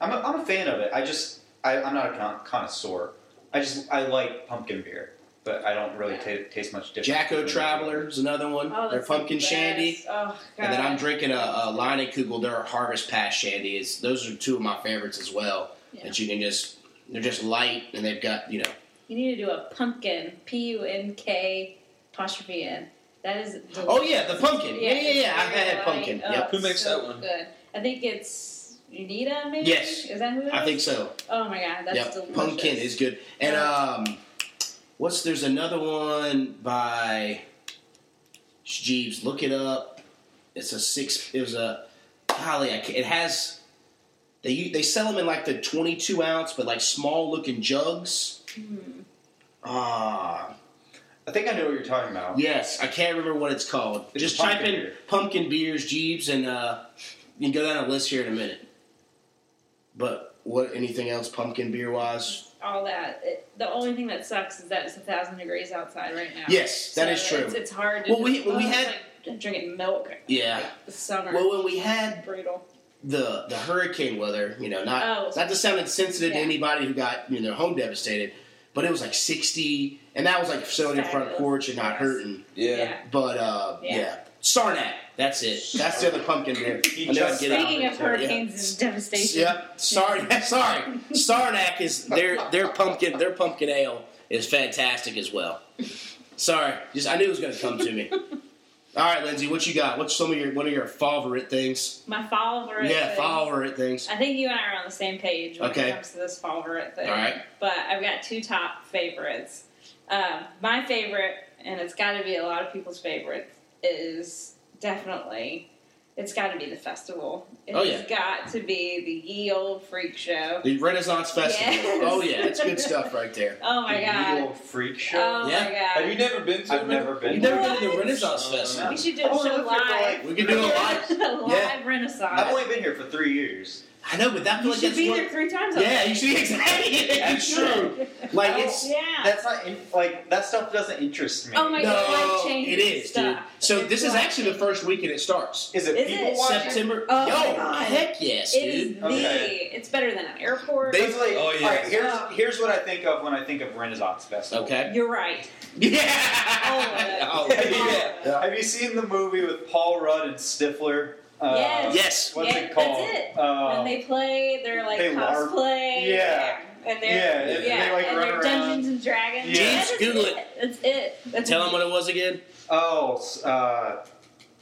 Speaker 4: I'm a, I'm a fan of it. I just I, I'm not a con- connoisseur. I just I like pumpkin beer, but I don't really ta taste much different.
Speaker 3: Jacko Traveler is another one.
Speaker 5: Oh,
Speaker 3: Their
Speaker 5: that's
Speaker 3: pumpkin
Speaker 5: the best.
Speaker 3: shandy.
Speaker 5: Oh, God.
Speaker 3: And then I'm drinking a, a Line and Kugel, their Harvest Pass Shandy. It's, those are two of my favorites as well.
Speaker 5: Yeah.
Speaker 3: That you can just, they're just light and they've got, you know,
Speaker 5: You need to do a pumpkin. P U N K apostrophe N. That is. Delicious.
Speaker 3: oh yeah, the pumpkin. Yeah, yeah, yeah.
Speaker 5: it's
Speaker 3: I've
Speaker 5: very
Speaker 3: had
Speaker 5: light.
Speaker 3: pumpkin.
Speaker 5: Oh,
Speaker 3: Yep.
Speaker 2: Who
Speaker 5: it's
Speaker 2: makes
Speaker 5: so
Speaker 2: that one?
Speaker 5: Good. I think it's Unita, maybe.
Speaker 3: Yes.
Speaker 5: Is that who? It
Speaker 3: I
Speaker 5: is?
Speaker 3: think so.
Speaker 5: Oh my God, that's
Speaker 3: yep.
Speaker 5: delicious.
Speaker 3: Pumpkin is good. And um, what's, there's another one by Jeeves. Look it up. It's a six, it was a, golly, I can't, it has, they, u- they sell them in like the 22 ounce, but like small looking jugs.
Speaker 5: Hmm.
Speaker 3: Ah,
Speaker 4: I think I know what you're talking about.
Speaker 3: Yes, I can't remember what it's called.
Speaker 4: It's
Speaker 3: Just
Speaker 4: a pumpkin
Speaker 3: type in
Speaker 4: beer.
Speaker 3: pumpkin beers, Jeeves, and uh, you can go down a list here in a minute. But what? Anything else pumpkin beer wise?
Speaker 5: All that. It, the only thing that sucks is that it's a thousand degrees outside right now.
Speaker 3: Yes, that
Speaker 5: So
Speaker 3: is true.
Speaker 5: It's, it's hard. To
Speaker 3: Well, we-
Speaker 5: just-
Speaker 3: when we
Speaker 5: oh, it's
Speaker 3: had-
Speaker 5: like drinking milk
Speaker 3: Yeah.
Speaker 5: this summer.
Speaker 3: Well, when we had
Speaker 5: Brutal.
Speaker 3: the the hurricane weather, you know, not
Speaker 5: Oh.
Speaker 3: not to sound insensitive
Speaker 5: Yeah.
Speaker 3: to anybody who got you know, their home devastated, but it was like sixty, and that was like sitting on your front
Speaker 5: Fabulous.
Speaker 3: porch and not hurting.
Speaker 2: Yeah.
Speaker 3: But uh, yeah.
Speaker 5: Yeah.
Speaker 3: Sarnat. That's it. That's the other pumpkin there.
Speaker 4: He
Speaker 3: I know
Speaker 4: just-
Speaker 3: I'd get out.
Speaker 5: Speaking of
Speaker 4: Yeah.
Speaker 5: hurricanes and devastation,
Speaker 3: Yep. Sarnak. Sorry. Sarnak is their their pumpkin their pumpkin ale is fantastic as well. Sorry, just I knew it was going to come to me. All right, Lindsay, what you got? What's some of your what are your favorite things?
Speaker 5: my follower.
Speaker 3: Yeah,
Speaker 5: is-
Speaker 3: favorite things.
Speaker 5: I think you and I are on the same page when
Speaker 3: Okay.
Speaker 5: it comes to this fall hurt thing.
Speaker 3: All right.
Speaker 5: But I've got two top favorites. Um, my favorite, and it's got to be a lot of people's favorite, is definitely it's got to be the festival. It
Speaker 3: Oh,
Speaker 5: has got to be the ye old freak show.
Speaker 3: The Renaissance Festival.
Speaker 5: Yes.
Speaker 3: Oh yeah, it's good stuff right there.
Speaker 5: Oh my
Speaker 4: the
Speaker 5: god!
Speaker 4: Real freak show.
Speaker 5: Oh
Speaker 3: Yeah.
Speaker 5: my god!
Speaker 2: Have you never been to?
Speaker 4: I've never been.
Speaker 3: You've
Speaker 4: to
Speaker 3: never been to the
Speaker 5: What?
Speaker 3: Renaissance
Speaker 4: Uh,
Speaker 3: Festival.
Speaker 5: we should do a
Speaker 4: Oh,
Speaker 5: show
Speaker 4: look at the
Speaker 5: live.
Speaker 3: We could do a live.
Speaker 5: a live
Speaker 3: Yeah.
Speaker 5: Renaissance.
Speaker 4: I've only been here for three years.
Speaker 3: I know, but that
Speaker 5: you
Speaker 3: feels
Speaker 5: should
Speaker 3: like
Speaker 5: be there
Speaker 3: that's
Speaker 5: three times. Oh,
Speaker 3: one. Yeah, you should exactly.
Speaker 4: That's
Speaker 3: true. Like it's
Speaker 5: Yeah.
Speaker 4: That's not in, like that stuff doesn't interest me.
Speaker 5: oh my god!
Speaker 3: no,
Speaker 5: life changing
Speaker 3: it is, dude.
Speaker 5: stuff.
Speaker 3: So
Speaker 5: It's
Speaker 3: this is
Speaker 5: life
Speaker 3: actually the
Speaker 5: changing.
Speaker 3: first weekend it starts.
Speaker 4: Is it
Speaker 5: Is
Speaker 4: people
Speaker 5: it?
Speaker 4: watching?
Speaker 3: September.
Speaker 5: Oh, my
Speaker 3: Yo,
Speaker 5: God.
Speaker 3: heck yes,
Speaker 5: It is
Speaker 3: dude.
Speaker 5: the.
Speaker 4: Okay.
Speaker 5: It's better than an airport.
Speaker 4: They-
Speaker 2: Oh, yeah.
Speaker 4: All right, here's
Speaker 5: Oh.
Speaker 4: here's what I think of when I think of Renaissance Festival.
Speaker 3: Okay.
Speaker 5: You're right.
Speaker 3: Yeah. Oh,
Speaker 5: All
Speaker 2: Yeah.
Speaker 3: yeah.
Speaker 4: Have you seen the movie with Paul Rudd and Stifler? Uh,
Speaker 5: Yes.
Speaker 3: Yes.
Speaker 4: What's
Speaker 5: Yeah,
Speaker 4: it called?
Speaker 5: that's it.
Speaker 4: Uh,
Speaker 5: when they play, they're like
Speaker 4: they larp.
Speaker 5: cosplay.
Speaker 4: Yeah.
Speaker 5: And
Speaker 4: yeah,
Speaker 5: they're
Speaker 4: and
Speaker 5: yeah,
Speaker 4: they like
Speaker 5: and
Speaker 4: run
Speaker 5: they're
Speaker 4: around.
Speaker 5: Dungeons and Dragons.
Speaker 4: Yeah.
Speaker 5: Yeah,
Speaker 3: Just
Speaker 5: that's
Speaker 3: Google
Speaker 5: it. That's it. That's
Speaker 3: Tell
Speaker 5: it.
Speaker 3: him what it was again.
Speaker 4: Oh, s- uh,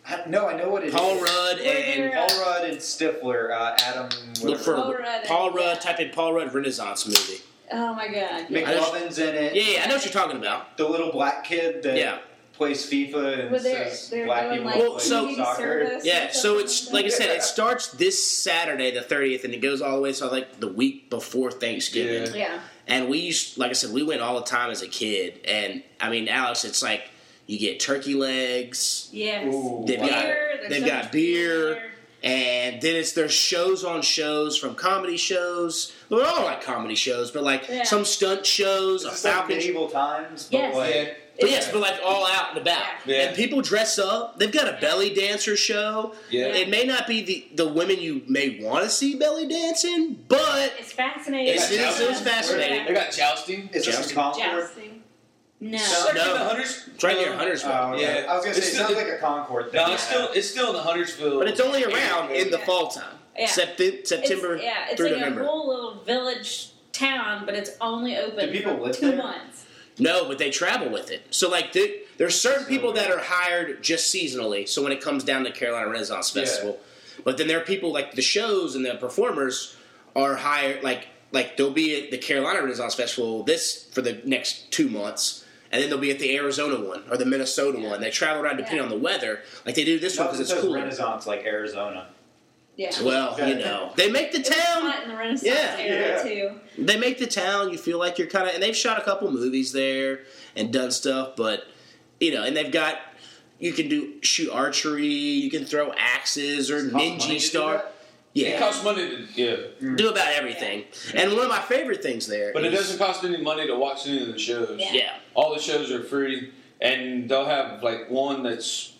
Speaker 4: I, no, I know what it is.
Speaker 3: Paul Rudd and
Speaker 5: Rudd.
Speaker 4: Paul Rudd and Stifler. Uh, Adam.
Speaker 3: look for
Speaker 4: whatever.
Speaker 5: Paul Rudd.
Speaker 3: Paul Rudd. Type in Paul Rudd Renaissance movie.
Speaker 5: Oh my god. Yeah.
Speaker 3: I just-
Speaker 4: McLovin's in it.
Speaker 3: Yeah, yeah, I know what you're talking about.
Speaker 4: The little black kid that
Speaker 3: Yeah.
Speaker 4: plays FIFA and
Speaker 5: Well, they're-
Speaker 4: says
Speaker 5: they're
Speaker 4: black
Speaker 5: doing,
Speaker 4: people
Speaker 5: like,
Speaker 3: Well,
Speaker 4: play
Speaker 3: so-
Speaker 5: community
Speaker 4: soccer.
Speaker 5: service
Speaker 3: Yeah,
Speaker 5: or
Speaker 3: so
Speaker 5: something
Speaker 3: it's like I said, it starts this Saturday, the 30th, and it goes all the way to like the week before Thanksgiving.
Speaker 2: Yeah.
Speaker 5: that. Yeah.
Speaker 3: And we used, like I said, we went all the time as a kid. And I mean, Alex, it's like you get turkey legs,
Speaker 5: Yes.
Speaker 4: Ooh,
Speaker 3: They've got-
Speaker 5: Beer, there's
Speaker 3: they've
Speaker 5: so
Speaker 3: got
Speaker 5: much
Speaker 3: beer. and then it's there's shows on shows from comedy shows. Well, they're all like comedy shows, but like
Speaker 5: Yeah.
Speaker 3: some stunt shows, a
Speaker 4: It's like
Speaker 3: falcon. show.
Speaker 4: medieval times, but
Speaker 5: Yes.
Speaker 4: like
Speaker 2: Yeah.
Speaker 3: But yes, but like all out and about,
Speaker 2: Yeah. Yeah.
Speaker 3: and people dress up. They've got a belly dancer show.
Speaker 2: Yeah.
Speaker 3: It may not be the the women you may want to see belly dancing, but
Speaker 5: It's fascinating.
Speaker 3: it's,
Speaker 2: They got
Speaker 3: it's, it's
Speaker 2: jousting.
Speaker 3: fascinating.
Speaker 2: They got jousting.
Speaker 4: is this
Speaker 3: Jousting.
Speaker 4: in Concord?
Speaker 5: Jousting. No.
Speaker 2: It's like
Speaker 3: No.
Speaker 2: in the hundreds.
Speaker 3: It's right near Huntersville,
Speaker 4: Oh, okay.
Speaker 2: Yeah.
Speaker 4: I was gonna say
Speaker 2: It's
Speaker 4: it
Speaker 2: still-
Speaker 4: sounds like a Concord thing.
Speaker 2: No, it's still it's still in the Huntersville.
Speaker 3: but it's only around in the
Speaker 5: Yeah.
Speaker 3: fall time,
Speaker 5: Yeah.
Speaker 3: Septi-
Speaker 5: It's-
Speaker 3: September
Speaker 5: yeah, it's
Speaker 3: through
Speaker 5: like
Speaker 3: November.
Speaker 5: a whole little village town, but it's only open
Speaker 4: Do people
Speaker 5: for
Speaker 4: live
Speaker 5: two
Speaker 4: there?
Speaker 5: months.
Speaker 3: No, but they travel with it. So like they, there's certain people that are hired just seasonally. So when it comes down to Carolina Renaissance
Speaker 4: Yeah.
Speaker 3: Festival, but then there are people like the shows and the performers are hired like like they'll be at the Carolina Renaissance Festival this for the next two months. And then they'll be at the Arizona one or the Minnesota one. They travel around depending
Speaker 5: Yeah.
Speaker 3: on the weather. Like they do this one
Speaker 4: Nothing
Speaker 3: because it's
Speaker 4: says
Speaker 3: cooler.
Speaker 4: Renaissance like Arizona.
Speaker 5: Yeah.
Speaker 3: Well, you know, they make the town.
Speaker 5: Hot in the Renaissance
Speaker 3: Yeah.
Speaker 5: era
Speaker 4: Yeah.
Speaker 5: too.
Speaker 3: they make the town. You feel like you're kind of, and they've shot a couple movies there and done stuff, but you know, and they've got you can do shoot archery, you can throw axes or
Speaker 4: Does it cost money to
Speaker 3: ninja
Speaker 4: do
Speaker 3: star.
Speaker 4: that?
Speaker 2: It
Speaker 3: Yeah,
Speaker 2: costs money to yeah,
Speaker 3: do about everything. And one of my favorite things there,
Speaker 2: but it
Speaker 3: is-
Speaker 2: doesn't cost any money to watch any of the shows.
Speaker 5: Yeah.
Speaker 3: Yeah,
Speaker 2: All the shows are free, and they'll have like one that's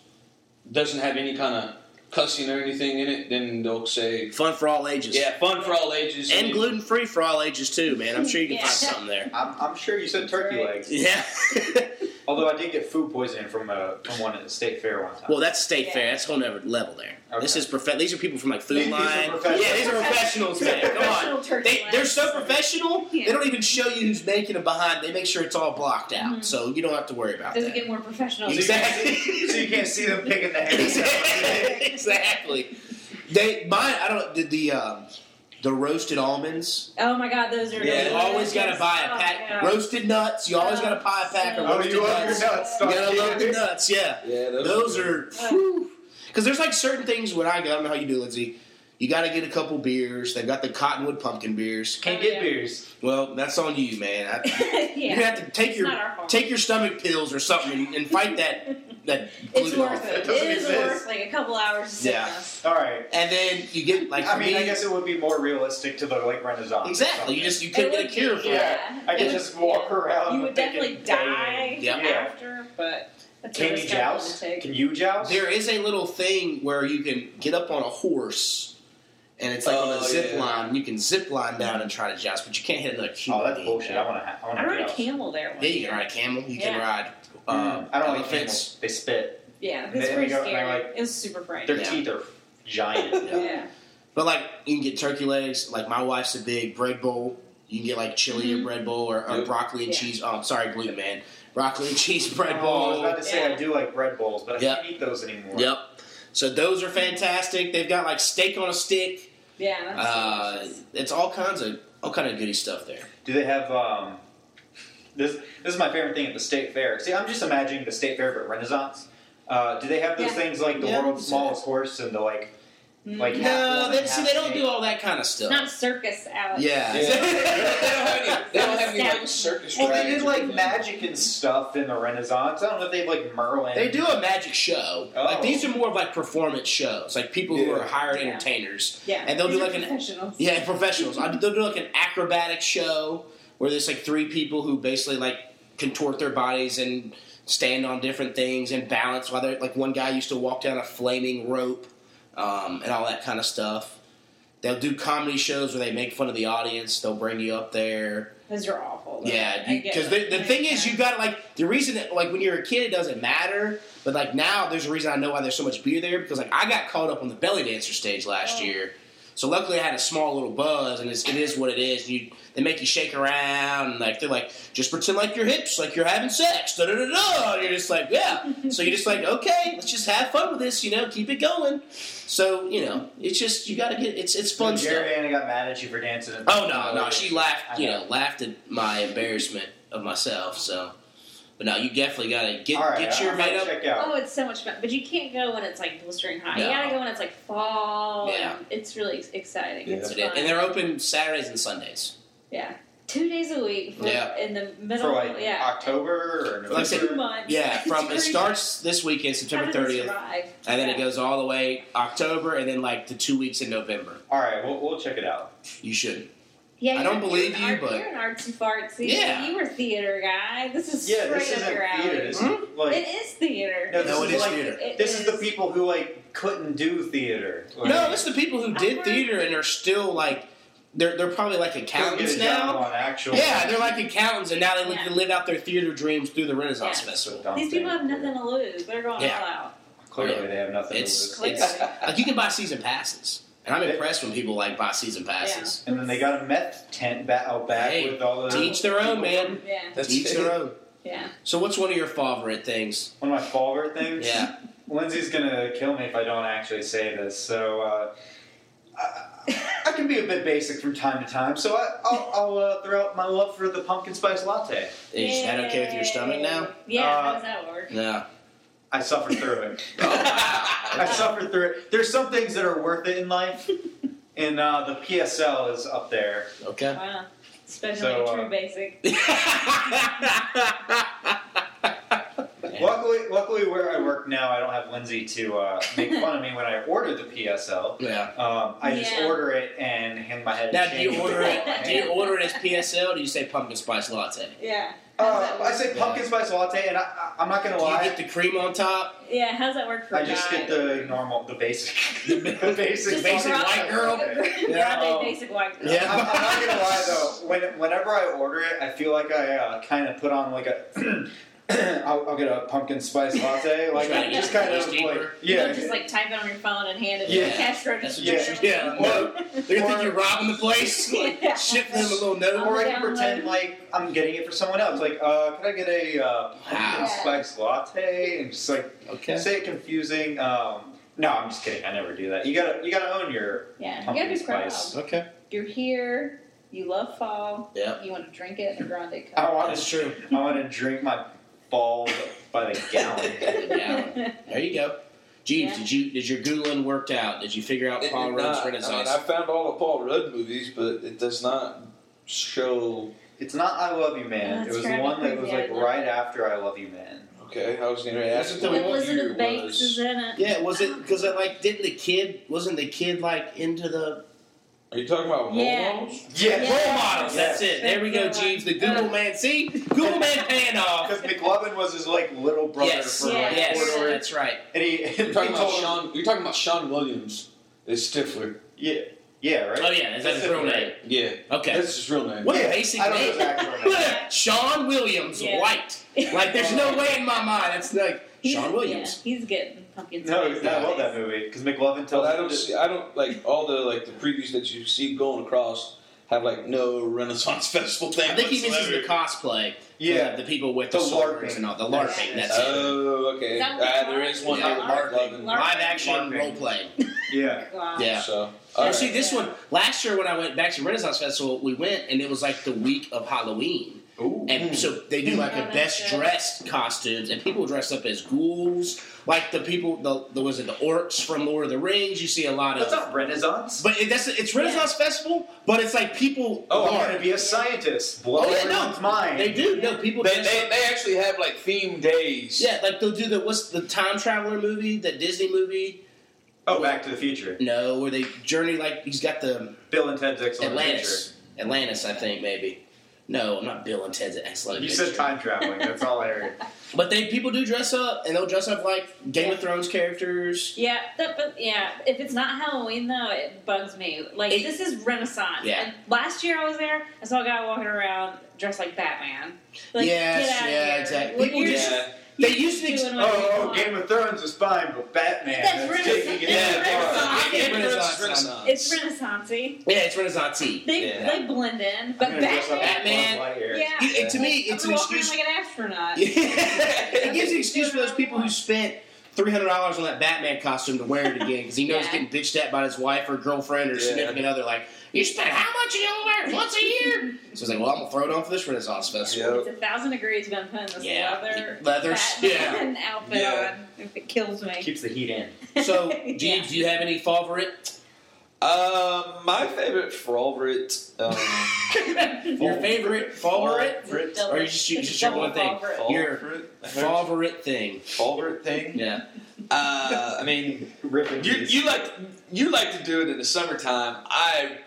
Speaker 2: doesn't have any kind of cussing or anything in it. Then they'll say,
Speaker 3: fun for all ages.
Speaker 2: "Yeah, fun for all ages."
Speaker 3: and gluten free for all ages too, man. I'm sure you can
Speaker 5: Yeah.
Speaker 3: find something there.
Speaker 4: I'm, I'm sure you said turkey
Speaker 5: Right.
Speaker 4: legs.
Speaker 3: Yeah.
Speaker 4: Although I did get food poisoning from a from one at the state fair one time.
Speaker 3: well, that's state fair.
Speaker 5: Yeah.
Speaker 3: That's a whole nother level there. This
Speaker 4: Okay.
Speaker 3: is prof- These are people from like Food
Speaker 4: These- these are
Speaker 3: Line.
Speaker 4: professionals.
Speaker 3: yeah, these are professionals, man. Come on.
Speaker 5: Professional turkey
Speaker 3: They, they're
Speaker 5: legs.
Speaker 3: so professional. They
Speaker 5: Yeah.
Speaker 3: don't even show you who's making it behind. They make sure it's all blocked out,
Speaker 4: Mm-hmm.
Speaker 5: Mhm.
Speaker 3: so you don't have to worry about
Speaker 5: Does
Speaker 3: that.
Speaker 5: it get more professional?
Speaker 4: So you can't see-
Speaker 3: Exactly.
Speaker 4: so you can't see them picking the hair.
Speaker 3: exactly. exactly. They mine. I don't the the um, the roasted almonds.
Speaker 5: Oh my god, those are
Speaker 2: Yeah,
Speaker 3: you always got to buy a pack roasted nuts. You always got to buy a pack of
Speaker 5: Oh,
Speaker 4: oh,
Speaker 3: roasted
Speaker 4: you love your
Speaker 3: nuts.
Speaker 4: nuts.
Speaker 3: You
Speaker 4: don't
Speaker 3: gotta
Speaker 4: you?
Speaker 3: love the nuts. Yeah.
Speaker 2: Yeah,
Speaker 3: Those are
Speaker 5: Yeah.
Speaker 3: because there's like certain things when I go. I don't know how you do, Lindsay. You got to get a couple beers. They've got the cottonwood pumpkin beers.
Speaker 4: Can't get beers.
Speaker 3: Well, that's on you, man. I,
Speaker 5: yeah.
Speaker 3: You're gonna have to take
Speaker 5: It's
Speaker 3: your
Speaker 5: not our fault.
Speaker 3: take your stomach pills or something and, and fight that that.
Speaker 5: It's
Speaker 3: gluten
Speaker 5: worth
Speaker 3: off.
Speaker 5: it.
Speaker 4: That doesn't
Speaker 5: It is
Speaker 4: exist.
Speaker 5: worth like a couple hours. Of
Speaker 3: Yeah.
Speaker 5: sickness.
Speaker 4: All right.
Speaker 3: And then you get like
Speaker 4: I
Speaker 3: for
Speaker 4: mean,
Speaker 3: me,
Speaker 4: I guess it would be more realistic to the like Renaissance. or
Speaker 3: exactly. You
Speaker 4: something.
Speaker 3: just you couldn't
Speaker 5: It
Speaker 3: get a
Speaker 5: would
Speaker 3: cure
Speaker 5: be,
Speaker 3: for
Speaker 4: yeah.
Speaker 3: that.
Speaker 5: yeah.
Speaker 4: I could
Speaker 3: It
Speaker 4: just walk around.
Speaker 5: You would
Speaker 4: thinking,
Speaker 5: definitely
Speaker 4: "Dang."
Speaker 5: die
Speaker 3: Yeah.
Speaker 5: after, but That's
Speaker 4: Can
Speaker 5: what
Speaker 4: you
Speaker 5: it's got
Speaker 4: joust?
Speaker 5: to take.
Speaker 4: Can you joust?
Speaker 3: There is a little thing where you can get up on a horse, and it's like on
Speaker 2: Oh,
Speaker 3: a zip
Speaker 2: yeah.
Speaker 3: line. You can zip line down and try to joust, but you can't hit another cue.
Speaker 4: oh, that's bullshit. I want to. Ha- I want
Speaker 5: I
Speaker 4: to
Speaker 5: rode a
Speaker 4: joust.
Speaker 5: camel there once.
Speaker 3: Yeah, you can ride a camel. You can
Speaker 5: Yeah.
Speaker 3: ride. Uh,
Speaker 4: Mm, I don't like
Speaker 3: elephants.
Speaker 4: camels. They spit.
Speaker 5: Yeah,
Speaker 4: They-
Speaker 5: it's
Speaker 4: they
Speaker 5: pretty
Speaker 4: go- they
Speaker 5: scary.
Speaker 4: like-
Speaker 5: it was super frightening.
Speaker 4: Their
Speaker 3: Yeah.
Speaker 4: teeth are giant.
Speaker 5: Yeah.
Speaker 3: But like you can get turkey legs. Like my wife's a big bread bowl. You can get like chili and bread bowl or, or
Speaker 2: Yep.
Speaker 3: broccoli and
Speaker 5: Mm-hmm. Yeah.
Speaker 3: cheese. Oh, I'm sorry, gluten man. Broccoli and cheese bread
Speaker 4: Oh, I was
Speaker 3: bowl.
Speaker 4: about to say I
Speaker 5: Yeah.
Speaker 4: do like bread bowls, but I
Speaker 3: Yep.
Speaker 4: can't eat those anymore.
Speaker 3: Yep. So those are fantastic. They've got like steak on a stick.
Speaker 5: Yeah, that's
Speaker 3: Uh,
Speaker 5: delicious.
Speaker 3: it's all kinds of all kind of goody stuff there.
Speaker 4: Do they have um? This this is my favorite thing at the state fair. See, I'm just imagining the state fair but Renaissance. Uh, do they have those
Speaker 5: Yeah.
Speaker 4: things like the
Speaker 3: Yeah.
Speaker 4: world's smallest horse and the like? Like
Speaker 5: Mm.
Speaker 4: half
Speaker 3: No,
Speaker 4: woman,
Speaker 3: they, see,
Speaker 4: half
Speaker 3: they don't
Speaker 4: pig?
Speaker 3: do all that kind of stuff.
Speaker 5: not circus out.
Speaker 3: yeah.
Speaker 2: Yeah. they don't have any, they don't have any like circus
Speaker 4: Well, they
Speaker 2: dragons
Speaker 4: did
Speaker 2: or
Speaker 4: like
Speaker 2: anything.
Speaker 4: magic and stuff in the Renaissance. I don't know if they have like Merlin.
Speaker 3: They do a magic show.
Speaker 4: Oh.
Speaker 3: Like these are more of like performance shows, like people who
Speaker 2: Yeah.
Speaker 3: are hired
Speaker 5: Yeah.
Speaker 3: entertainers.
Speaker 5: yeah.
Speaker 3: And they'll do
Speaker 5: These are
Speaker 3: like an-
Speaker 5: professionals.
Speaker 3: Yeah, professionals. I- They'll do like an acrobatic show where there's like three people who basically like contort their bodies and stand on different things and balance. While they're like one guy used to walk down a flaming rope um, and all that kind of stuff. They'll do comedy shows where they make fun of the audience. They'll bring you up there.
Speaker 5: Those are awful. though. I
Speaker 3: Yeah,
Speaker 5: get
Speaker 3: because the,
Speaker 5: it.
Speaker 3: the thing is, you got like the reason that like when you're a kid, it doesn't matter. But like now, there's a reason I know why there's so much beer there because like I got caught up on the belly dancer stage last
Speaker 5: Oh.
Speaker 3: year. So luckily, I had a small little buzz, and it's, it is what it is. You they make you shake around, and like they're like just pretend like your hips, like you're having sex, da da da da. And you're just like yeah. so you're just like okay, let's just have fun with this, you know, keep it going. So you know, it's just you got to get it's it's fun
Speaker 4: Jerry
Speaker 3: stuff.
Speaker 4: Anna got mad at you for dancing. in the-
Speaker 3: Oh no, no, she
Speaker 4: I
Speaker 3: laughed. You
Speaker 4: know.
Speaker 3: know, laughed at my embarrassment of myself. So, but no, you definitely gotta get
Speaker 4: All right,
Speaker 3: get
Speaker 4: I-
Speaker 3: your
Speaker 4: I
Speaker 3: made
Speaker 4: might
Speaker 3: up.
Speaker 4: Check out.
Speaker 5: Oh, it's so much fun, but you can't go when it's like blistering hot.
Speaker 3: No.
Speaker 5: You gotta go when it's like fall.
Speaker 3: Yeah.
Speaker 5: and it's really exciting.
Speaker 2: Yeah.
Speaker 5: It's
Speaker 3: And
Speaker 5: fun.
Speaker 3: they- and they're open Saturdays and Sundays.
Speaker 5: yeah, two days a week. For,
Speaker 3: Yeah.
Speaker 5: in the middle.
Speaker 4: for like
Speaker 5: Oh, yeah,
Speaker 4: October or November.
Speaker 3: Like I said,
Speaker 5: two months.
Speaker 3: Yeah, from it
Speaker 5: It's
Speaker 3: starts this weekend,
Speaker 5: crazy. How
Speaker 3: September
Speaker 5: do they
Speaker 3: 30th,
Speaker 5: survive?
Speaker 3: and then it
Speaker 5: Yeah.
Speaker 3: goes all the way October, and then like the two weeks in November.
Speaker 4: All right, we'll, we'll check it out.
Speaker 3: You shouldn't.
Speaker 5: Yeah,
Speaker 3: I
Speaker 5: you're-
Speaker 3: don't
Speaker 5: you're
Speaker 3: believe
Speaker 5: an
Speaker 3: you,
Speaker 5: art-
Speaker 3: but-
Speaker 5: you're an artsy fartsy.
Speaker 3: Yeah.
Speaker 5: you were a theater guy. This is
Speaker 4: Yeah,
Speaker 5: straight
Speaker 4: this
Speaker 5: up
Speaker 4: isn't
Speaker 5: your alley.
Speaker 4: theater. This
Speaker 3: Hmm?
Speaker 4: is like
Speaker 5: It is theater.
Speaker 4: No, this
Speaker 3: No,
Speaker 4: is
Speaker 3: it is
Speaker 4: like-
Speaker 3: theater.
Speaker 5: It
Speaker 4: This is the people who like couldn't do theater.
Speaker 3: No, it's the people who did theater and are still like they're they're probably like
Speaker 4: Couldn't get
Speaker 3: accountants
Speaker 4: a job
Speaker 3: now.
Speaker 4: on actual.
Speaker 3: Yeah, they're like accountants, and now they live,
Speaker 5: Yeah.
Speaker 3: they live out their theater dreams through the Renaissance
Speaker 5: Yeah.
Speaker 4: That's
Speaker 3: Festival.
Speaker 4: a dumb
Speaker 5: These people
Speaker 4: thing.
Speaker 5: have nothing to lose. They're going
Speaker 3: Yeah.
Speaker 5: all out.
Speaker 4: Clearly,
Speaker 3: Yeah.
Speaker 4: they have nothing.
Speaker 3: It's-
Speaker 4: to lose.
Speaker 5: it's-
Speaker 3: Like you can buy season passes, and I'm impressed when people like buy season passes.
Speaker 4: and then they got a meth tent ba- out back
Speaker 3: Hey,
Speaker 4: with all the.
Speaker 3: To each their own, man.
Speaker 5: Yeah,
Speaker 3: To
Speaker 2: That's
Speaker 3: each their own.
Speaker 5: yeah.
Speaker 3: So, what's one of your favorite things?
Speaker 4: One of my favorite things.
Speaker 3: Yeah,
Speaker 4: Lindsay's gonna kill me if I don't actually say this. So uh, I, I can be a bit basic from time to time. So I, I'll, I'll uh, throw out my love for the pumpkin spice latte.
Speaker 3: is that okay with your stomach now?
Speaker 5: Yeah,
Speaker 4: Uh,
Speaker 5: how does that work?
Speaker 3: No.
Speaker 4: I suffered through it. I
Speaker 3: Oh,
Speaker 4: suffered through it. There's some things that are worth it in life, and uh, the PSL is up there.
Speaker 3: okay.
Speaker 5: Wow. Especially
Speaker 4: So, uh,
Speaker 5: true basic.
Speaker 4: Luckily, luckily where I work now, I don't have Lindsay to uh, make fun of me when I order the PSL.
Speaker 3: yeah.
Speaker 4: Um, I just
Speaker 5: Yeah.
Speaker 4: order it and hang my head.
Speaker 3: Now,
Speaker 4: and
Speaker 3: do you
Speaker 4: change
Speaker 3: order
Speaker 4: it.
Speaker 3: it? Do you order it as PSL? Or do you say pumpkin spice latte?
Speaker 5: Yeah. How does
Speaker 4: Uh,
Speaker 5: that
Speaker 4: I
Speaker 5: work?
Speaker 4: say pumpkin spice latte, and I, I, I'm not gonna
Speaker 3: Do you
Speaker 4: lie.
Speaker 3: get the cream on top?
Speaker 5: Yeah, how's that work for
Speaker 4: I
Speaker 5: a
Speaker 4: just
Speaker 5: guy?
Speaker 4: get the normal, the basic,
Speaker 3: The
Speaker 4: the basic,
Speaker 5: Just
Speaker 3: basic
Speaker 5: grab-
Speaker 3: white girl.
Speaker 5: grab
Speaker 4: Yeah.
Speaker 5: a basic white girl.
Speaker 4: I'm,
Speaker 3: Yeah.
Speaker 4: I'm not gonna lie though. When, whenever I order it, I feel like I uh, kind of put on like a. I'll, I'll get a pumpkin spice latte. Like
Speaker 3: Try to
Speaker 4: I'm just
Speaker 3: get
Speaker 4: kind of
Speaker 3: it deeper.
Speaker 4: like
Speaker 5: You
Speaker 4: yeah,
Speaker 5: don't just like type it on your phone and hand it to
Speaker 3: Yeah.
Speaker 5: the cash
Speaker 3: That's
Speaker 5: register.
Speaker 3: what you should. Yeah. No. They're gonna think you're robbing the place.
Speaker 5: Yeah.
Speaker 3: Ship them a little
Speaker 4: or
Speaker 3: note.
Speaker 4: I
Speaker 5: download.
Speaker 4: can pretend like I'm getting it for someone else. Like, uh, could I get a uh, pumpkin
Speaker 3: Wow.
Speaker 4: spice latte? And just like
Speaker 3: Okay.
Speaker 4: say it confusing. Um, no, I'm just kidding. I never do that. You gotta you gotta own your
Speaker 5: Yeah, you gotta
Speaker 4: pumpkin
Speaker 5: be proud.
Speaker 4: spice.
Speaker 3: Okay.
Speaker 5: You're here. You love fall.
Speaker 3: Yeah.
Speaker 5: You want to drink it in a grande
Speaker 4: I
Speaker 5: cup.
Speaker 4: want
Speaker 3: That's true.
Speaker 4: uh, I want to drink my balls by the gallon.
Speaker 3: Yeah. There you go. Jeeves,
Speaker 5: Yeah.
Speaker 3: did you did your googling worked out? Did you figure out
Speaker 2: It
Speaker 3: Paul
Speaker 2: did
Speaker 3: Rudd's
Speaker 2: not. I mean,
Speaker 3: Renaissance?
Speaker 2: I found all the Paul Rudd movies, but it does not show.
Speaker 4: It's not "I Love You, Man."
Speaker 5: That's
Speaker 4: it was
Speaker 5: right,
Speaker 4: the one that was
Speaker 5: yeah, I
Speaker 4: like
Speaker 5: love
Speaker 4: right after "I Love You, Man."
Speaker 2: Okay, I was going to ask.
Speaker 3: That's the
Speaker 2: what
Speaker 3: one
Speaker 5: Elizabeth
Speaker 2: year
Speaker 5: Banks
Speaker 2: was.
Speaker 5: is in it.
Speaker 3: yeah, was it because like didn't the kid wasn't the kid like into the
Speaker 2: Are you talking about
Speaker 5: Yeah.
Speaker 2: role models?
Speaker 4: Yeah,
Speaker 5: Yeah.
Speaker 3: Role models. That's
Speaker 4: Yes.
Speaker 3: it. There we go,
Speaker 5: That's the
Speaker 3: Jeeves. The
Speaker 5: one.
Speaker 3: Google man. See, Google man paying off.
Speaker 4: Because McLovin was his like little brother
Speaker 3: Yes,
Speaker 4: for like
Speaker 5: Yeah.
Speaker 3: yes,
Speaker 4: four doors.
Speaker 3: that's right.
Speaker 4: and he, and
Speaker 2: You're
Speaker 4: he
Speaker 2: talking about
Speaker 4: told him-
Speaker 2: Sean. You're talking about Sean Williams. Is Stifler.
Speaker 4: yeah, yeah, right.
Speaker 3: Oh yeah, is that his real name?
Speaker 2: Yeah.
Speaker 3: Okay.
Speaker 2: That's his real name.
Speaker 3: What a
Speaker 4: Yeah,
Speaker 3: basic
Speaker 4: I don't know
Speaker 3: name.
Speaker 4: his actual
Speaker 3: Look
Speaker 4: name.
Speaker 3: at Sean Williams,
Speaker 5: Yeah.
Speaker 3: White. Like, there's no way in my mind. It's like
Speaker 5: He's-
Speaker 3: Sean Williams.
Speaker 5: Yeah, he's getting pumpkin
Speaker 4: No,
Speaker 5: spice
Speaker 4: I love
Speaker 5: nowadays.
Speaker 4: that movie because McLovin tells
Speaker 2: Well, I
Speaker 4: him
Speaker 2: don't
Speaker 4: to-
Speaker 2: see. I don't like all the like the previews that you see going across have like no Renaissance festival thing.
Speaker 3: I think he misses the
Speaker 2: whatsoever.
Speaker 3: cosplay.
Speaker 4: Yeah.
Speaker 3: the, the people with the,
Speaker 4: The
Speaker 3: swords
Speaker 4: LARPing.
Speaker 3: and all the LARPing.
Speaker 5: Yes.
Speaker 3: That's it.
Speaker 2: Oh, okay.
Speaker 5: Is that what
Speaker 2: Ah,
Speaker 5: it's
Speaker 2: there is one
Speaker 3: Yeah,
Speaker 2: here with
Speaker 3: LARPing.
Speaker 2: Mark Levin.
Speaker 5: LARPing.
Speaker 3: Live action
Speaker 4: LARPing.
Speaker 3: role playing.
Speaker 4: Yeah,
Speaker 5: Wow.
Speaker 3: Yeah.
Speaker 2: So,
Speaker 3: Now,
Speaker 2: all right.
Speaker 3: Oh, see, this one last year when I went back to Renaissance Festival, we went and it was like the week of Halloween,
Speaker 4: Ooh.
Speaker 3: and
Speaker 2: Mm.
Speaker 3: so they do like
Speaker 5: Oh,
Speaker 3: a
Speaker 5: that's
Speaker 3: best
Speaker 5: good.
Speaker 3: dressed costumes, and people dressed up as ghouls, like the people the, the was it the orcs from Lord of the Rings. You see a lot
Speaker 4: that's
Speaker 3: of,
Speaker 4: not Renaissance.
Speaker 3: but it, that's it's Renaissance Festival, but it's like people.
Speaker 4: Oh, I'm
Speaker 3: LARP.
Speaker 4: gonna be a scientist. Blow
Speaker 3: Oh, yeah, no.
Speaker 4: everyone's mind.
Speaker 3: They do. No, people.
Speaker 2: They,
Speaker 3: dress
Speaker 2: they,
Speaker 3: up-
Speaker 2: they actually have like theme days.
Speaker 3: yeah, like they'll do the what's the time traveler movie, the Disney movie?
Speaker 4: Oh, Back to the Future.
Speaker 3: No, where they journey like he's got the
Speaker 4: Bill and Ted's Excellent
Speaker 3: Atlantis, Atlantis, I think maybe. No, not Bill and Ted's
Speaker 4: Adventure.
Speaker 3: excellent.
Speaker 4: You said
Speaker 3: Adventure.
Speaker 4: time traveling. That's all I heard.
Speaker 3: but they people do dress up, and they'll dress up like Game of Thrones characters.
Speaker 5: Yeah, that, but yeah, if it's not Halloween though, it bugs me. Like
Speaker 3: It-
Speaker 5: this is Renaissance.
Speaker 3: Yeah.
Speaker 5: And last year I was there, I saw a guy walking around dressed like Batman. Like,
Speaker 3: Yes,
Speaker 5: get out
Speaker 3: yeah,
Speaker 5: here.
Speaker 3: exactly.
Speaker 5: Well,
Speaker 3: People
Speaker 5: you're
Speaker 3: just-
Speaker 5: just-
Speaker 2: Yeah.
Speaker 3: They
Speaker 5: you're
Speaker 3: used to
Speaker 5: just
Speaker 3: ex-
Speaker 5: doing whatever you
Speaker 4: oh,
Speaker 5: want.
Speaker 4: Game of Thrones is fine, but Batman
Speaker 5: That's
Speaker 4: is
Speaker 5: Renaissance.
Speaker 4: taking it.
Speaker 5: Yeah,
Speaker 4: too
Speaker 5: Renaissance.
Speaker 4: far.
Speaker 2: I think
Speaker 3: Renaissance.
Speaker 2: Renaissance.
Speaker 5: It's Renaissancey.
Speaker 3: Yeah, it's Renaissance.
Speaker 5: They
Speaker 2: Yeah.
Speaker 5: they blend in,
Speaker 4: I'm
Speaker 5: but
Speaker 4: gonna dress up
Speaker 5: Batman.
Speaker 3: Batman.
Speaker 4: as Buzz Lightyear.
Speaker 5: Yeah.
Speaker 3: It- it- to me,
Speaker 5: I'm
Speaker 3: it's an
Speaker 5: walking around
Speaker 3: excuse.
Speaker 5: like an astronaut.
Speaker 3: it gives an excuse for those people who spent three hundred dollars on that Batman costume to wear it again because he knows he's
Speaker 5: Yeah.
Speaker 3: getting bitched at by his wife or girlfriend or
Speaker 2: Yeah.
Speaker 3: significant other. Like, you spend how much are you gonna wear it once a year? So he's like, well, I'm gonna throw it on for this Renaissance festival.
Speaker 2: Yep.
Speaker 5: It's a thousand degrees, but I'm putting this
Speaker 3: Yeah.
Speaker 5: leather,
Speaker 3: Leather,
Speaker 5: Batman outfit
Speaker 2: Yeah.
Speaker 5: on if it kills me.
Speaker 4: Keeps the heat in.
Speaker 3: So,
Speaker 5: Yeah.
Speaker 3: Jeeves, do you have any favorite?
Speaker 2: Um, my favorite favorite. Um,
Speaker 3: Your favorite favorite?
Speaker 5: It's
Speaker 3: Or
Speaker 5: double-
Speaker 3: you just- you
Speaker 5: it's
Speaker 3: just your
Speaker 5: double
Speaker 3: one thing.
Speaker 5: Favorite.
Speaker 3: Your Favorite thing?
Speaker 2: favorite thing.
Speaker 3: Yeah.
Speaker 2: Uh, I mean,
Speaker 4: Ripping
Speaker 2: you
Speaker 4: these.
Speaker 2: you like you like to do it in the summertime. I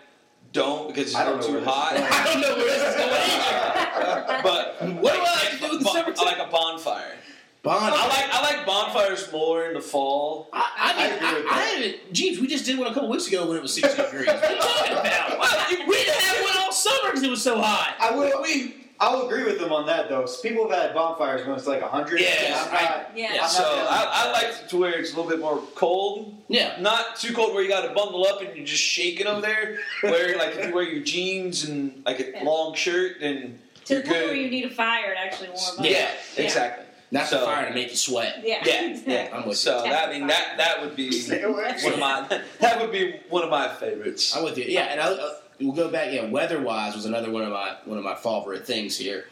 Speaker 2: don't because it's
Speaker 4: I don't know
Speaker 2: too
Speaker 4: where this is
Speaker 2: hot.
Speaker 4: going.
Speaker 3: I don't know where this is going. either.
Speaker 2: but
Speaker 3: What do I like to do in the
Speaker 2: bon-
Speaker 3: summertime?
Speaker 2: I like a bonfire.
Speaker 3: Bond.
Speaker 2: I like I like bonfires more in the fall.
Speaker 3: I, I,
Speaker 4: I
Speaker 3: mean,
Speaker 4: agree with
Speaker 3: I, I
Speaker 4: that.
Speaker 3: haven't. Jeeves, we just did one a couple weeks ago when it was 60 degrees. What are you talking about? What? You- We didn't have one all summer because it was so hot.
Speaker 4: I will. We. I'll agree with them on that though. People have had bonfires when it's like hundred.
Speaker 3: Yeah,
Speaker 4: I'm
Speaker 3: I-
Speaker 4: not-
Speaker 5: Yeah.
Speaker 3: Yeah.
Speaker 2: So I, I like to where it's a little bit more cold,
Speaker 3: Yeah.
Speaker 2: not too cold where you got to bundle up and you're just shaking over there. Where like if you wear your jeans and like a long shirt, then
Speaker 5: To the
Speaker 2: you're
Speaker 5: point where
Speaker 2: good.
Speaker 5: you need a fire to actually warm up.
Speaker 2: Yeah, exactly.
Speaker 3: That's
Speaker 2: So-
Speaker 3: the fire to make you sweat.
Speaker 5: Yeah.
Speaker 2: Yeah, Um, yeah.
Speaker 3: I'm with
Speaker 2: So that, I mean that that would be
Speaker 4: Stay away.
Speaker 2: one of my that would be one of my favorites.
Speaker 3: I'm with you. Yeah, and I, uh, we'll go back. Yeah, weather-wise was another one of my one of my favorite things here,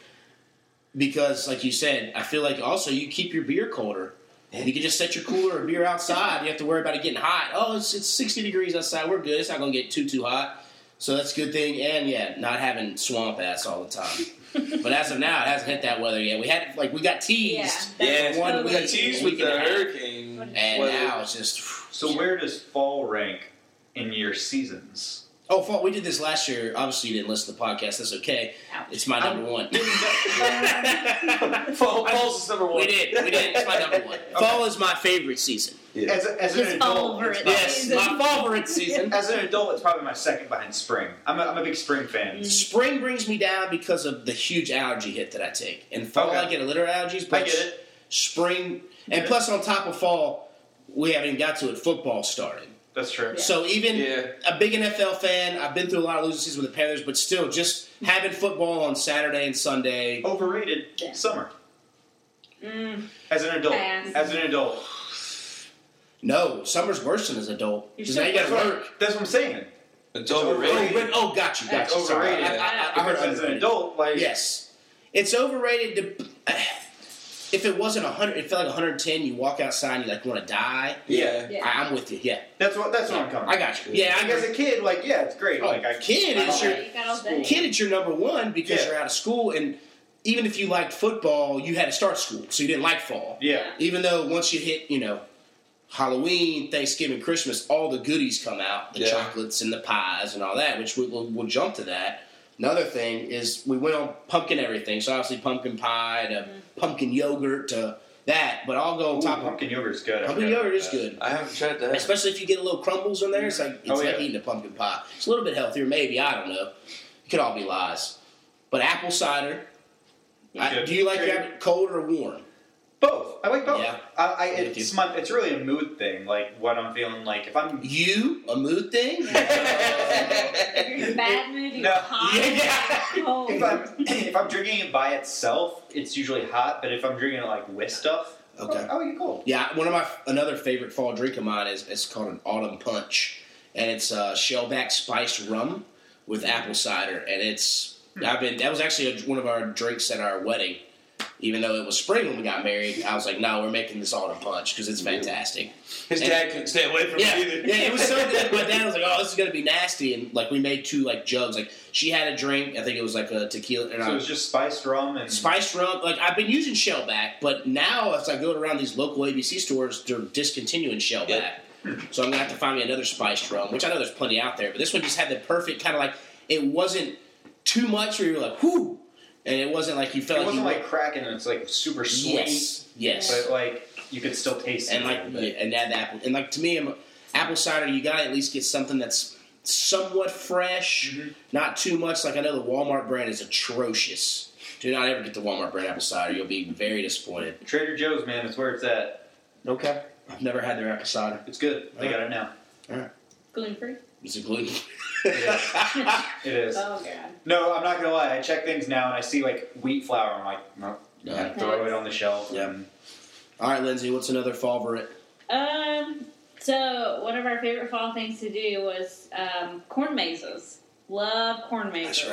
Speaker 3: because like you said, I feel like also you keep your beer colder. And you can just set your cooler of beer outside. You have to worry about it getting hot. Oh, it's, it's 60 degrees outside. We're good. It's not going to get too too hot. So that's a good thing. And yeah, not having swamp ass all the time. but as of now, it hasn't hit that weather yet. We had like we got
Speaker 5: Yeah.
Speaker 3: teased,
Speaker 5: that's
Speaker 2: Yeah,
Speaker 3: one
Speaker 5: totally-
Speaker 2: we got teased with the
Speaker 3: Weekend.
Speaker 2: hurricane,
Speaker 3: and
Speaker 2: weather.
Speaker 3: now it's just
Speaker 4: So where does fall rank in your seasons?
Speaker 3: oh, fuck, we did this last year. Obviously, you didn't listen to the podcast. That's okay.
Speaker 5: Ouch.
Speaker 3: It's my number one.
Speaker 2: Fall, falls is number one.
Speaker 3: We did. We did. It's my number one. Fall is my favorite season.
Speaker 2: Yeah.
Speaker 4: As, a, as an
Speaker 5: His
Speaker 4: adult,
Speaker 5: favorite
Speaker 4: it's my-
Speaker 3: Yes, my favorite season.
Speaker 4: as an adult, it's probably my second behind spring. I'm a, I'm a big spring fan.
Speaker 5: Mm.
Speaker 3: Spring brings me down because of the huge allergy hit that I take. And fall,
Speaker 4: Okay.
Speaker 3: I get a litter allergies.
Speaker 4: I
Speaker 3: But
Speaker 4: get it.
Speaker 3: Spring, and
Speaker 4: Yeah.
Speaker 3: plus on top of fall, we haven't even got to it. Football started.
Speaker 4: That's true.
Speaker 5: Yeah.
Speaker 3: So even
Speaker 2: Yeah.
Speaker 3: a big NFL fan, I've been through a lot of losing seasons with the Panthers, but still, just having football on Saturday and Sunday.
Speaker 4: Overrated
Speaker 5: Yeah.
Speaker 4: summer.
Speaker 5: Mm,
Speaker 4: As an adult,
Speaker 5: Pass.
Speaker 4: as an adult,
Speaker 3: No, summer's worse than as adult. Because now
Speaker 5: You're
Speaker 3: you got to
Speaker 4: still-
Speaker 3: work.
Speaker 4: that's what I'm saying.
Speaker 2: It's overrated.
Speaker 3: Oh, oh, got you, got you. Sorry.
Speaker 4: Overrated.
Speaker 3: I, I, I, I heard
Speaker 4: Because as an
Speaker 3: underrated.
Speaker 4: adult, like
Speaker 3: Yes, it's overrated. To, if it wasn't hundred, it felt like hundred ten. You walk outside, and you like want to die.
Speaker 2: yeah.
Speaker 5: yeah.
Speaker 3: I, I'm with you. Yeah,
Speaker 4: that's what that's what I'm coming.
Speaker 3: I got you. Yeah, I
Speaker 4: Like, as
Speaker 3: guess.
Speaker 4: a kid, like yeah, it's great.
Speaker 3: Oh,
Speaker 4: like I
Speaker 3: kid
Speaker 5: All
Speaker 3: is your
Speaker 5: day, you got all day.
Speaker 3: kid. It's your number one because
Speaker 4: Yeah.
Speaker 3: you're out of school, and even if you liked football, you had to start school, so you didn't like fall.
Speaker 4: yeah.
Speaker 3: Even though once you hit, you know, Halloween, Thanksgiving, Christmas, all the goodies come out the
Speaker 2: Yeah.
Speaker 3: chocolates and the pies and all that, which we, we'll, we'll jump to that. Another thing is we went on pumpkin everything. So obviously pumpkin pie to pumpkin yogurt to that, but I'll go on
Speaker 4: Ooh,
Speaker 3: top of
Speaker 4: pumpkin yogurt's good. I
Speaker 3: pumpkin
Speaker 4: forgot about
Speaker 3: yogurt is
Speaker 4: that.
Speaker 3: good.
Speaker 2: I haven't tried that.
Speaker 3: Especially if you get a little crumbles in there, it's like it's
Speaker 4: Oh,
Speaker 3: like
Speaker 4: yeah.
Speaker 3: eating a pumpkin pie. It's a little bit healthier, maybe I don't know. It could all be lies. But apple cider. I,
Speaker 4: Okay.
Speaker 3: do you like your apple- cold or warm?
Speaker 4: Both. I like both.
Speaker 3: Yeah.
Speaker 4: I, I,
Speaker 3: Me
Speaker 4: it's my, it's really a mood thing. Like what I'm feeling. Like if I'm
Speaker 3: You a mood thing?
Speaker 5: If you're in a bad mood, you're
Speaker 4: No.
Speaker 5: hot,
Speaker 3: Yeah.
Speaker 5: you're cold.
Speaker 4: if I'm if I'm drinking it by itself, it's usually hot. But if I'm drinking it like with stuff, oh,
Speaker 3: Okay.
Speaker 4: I would get cold.
Speaker 3: Yeah, one of my another favorite fall drink of mine is it's called an autumn punch, and it's uh, shellback spiced rum with apple cider, and it's I've been that was actually a, one of our drinks at our wedding. Even though it was spring when we got married, I was like, "No, we're making this autumn punch because it's fantastic."
Speaker 2: His dad couldn't stay away from
Speaker 3: Yeah,
Speaker 2: it either.
Speaker 3: yeah, it was so good. My dad was like, "Oh, this is gonna be nasty," and like we made two like jugs. Like she had a drink, I think it was like a tequila, and I
Speaker 4: So it's just spiced rum and
Speaker 3: Spiced rum, like I've been using shellback, but now as I go around these local ABC stores, they're discontinuing shellback. So I'm gonna have to find me another spiced rum, which I know there's plenty out there, but this one just had the perfect kind of like it wasn't too much where you were like, whoo, and it wasn't like you
Speaker 4: it
Speaker 3: felt
Speaker 4: wasn't
Speaker 3: you
Speaker 4: like cracking. It's like super sweet,
Speaker 3: yes, yes,
Speaker 4: but like you could still taste
Speaker 3: and
Speaker 4: it.
Speaker 3: like
Speaker 4: a little bit.
Speaker 3: yeah, and add the apple and like to me, I'm- apple cider you gotta at least get something that's somewhat fresh, not too much. Like I know the Walmart brand is atrocious. Do not ever get the Walmart brand apple cider. You'll be very disappointed.
Speaker 4: Trader Joe's, man, it's where it's at.
Speaker 3: Okay. I've never had their apple cider.
Speaker 4: It's good. They got it now.
Speaker 5: Gluten free?
Speaker 3: Is it gluten?
Speaker 4: It is.
Speaker 5: Oh, God.
Speaker 4: No, I'm not gonna lie. I check things now and I see like wheat flour. I'm like, no,
Speaker 3: No.
Speaker 4: throw it on the shelf.
Speaker 3: Yeah.
Speaker 4: and-
Speaker 3: All right, Lindsay, what's another favorite?
Speaker 5: Um, so one of our favorite fall things to do was um, corn mazes. Love corn mazes.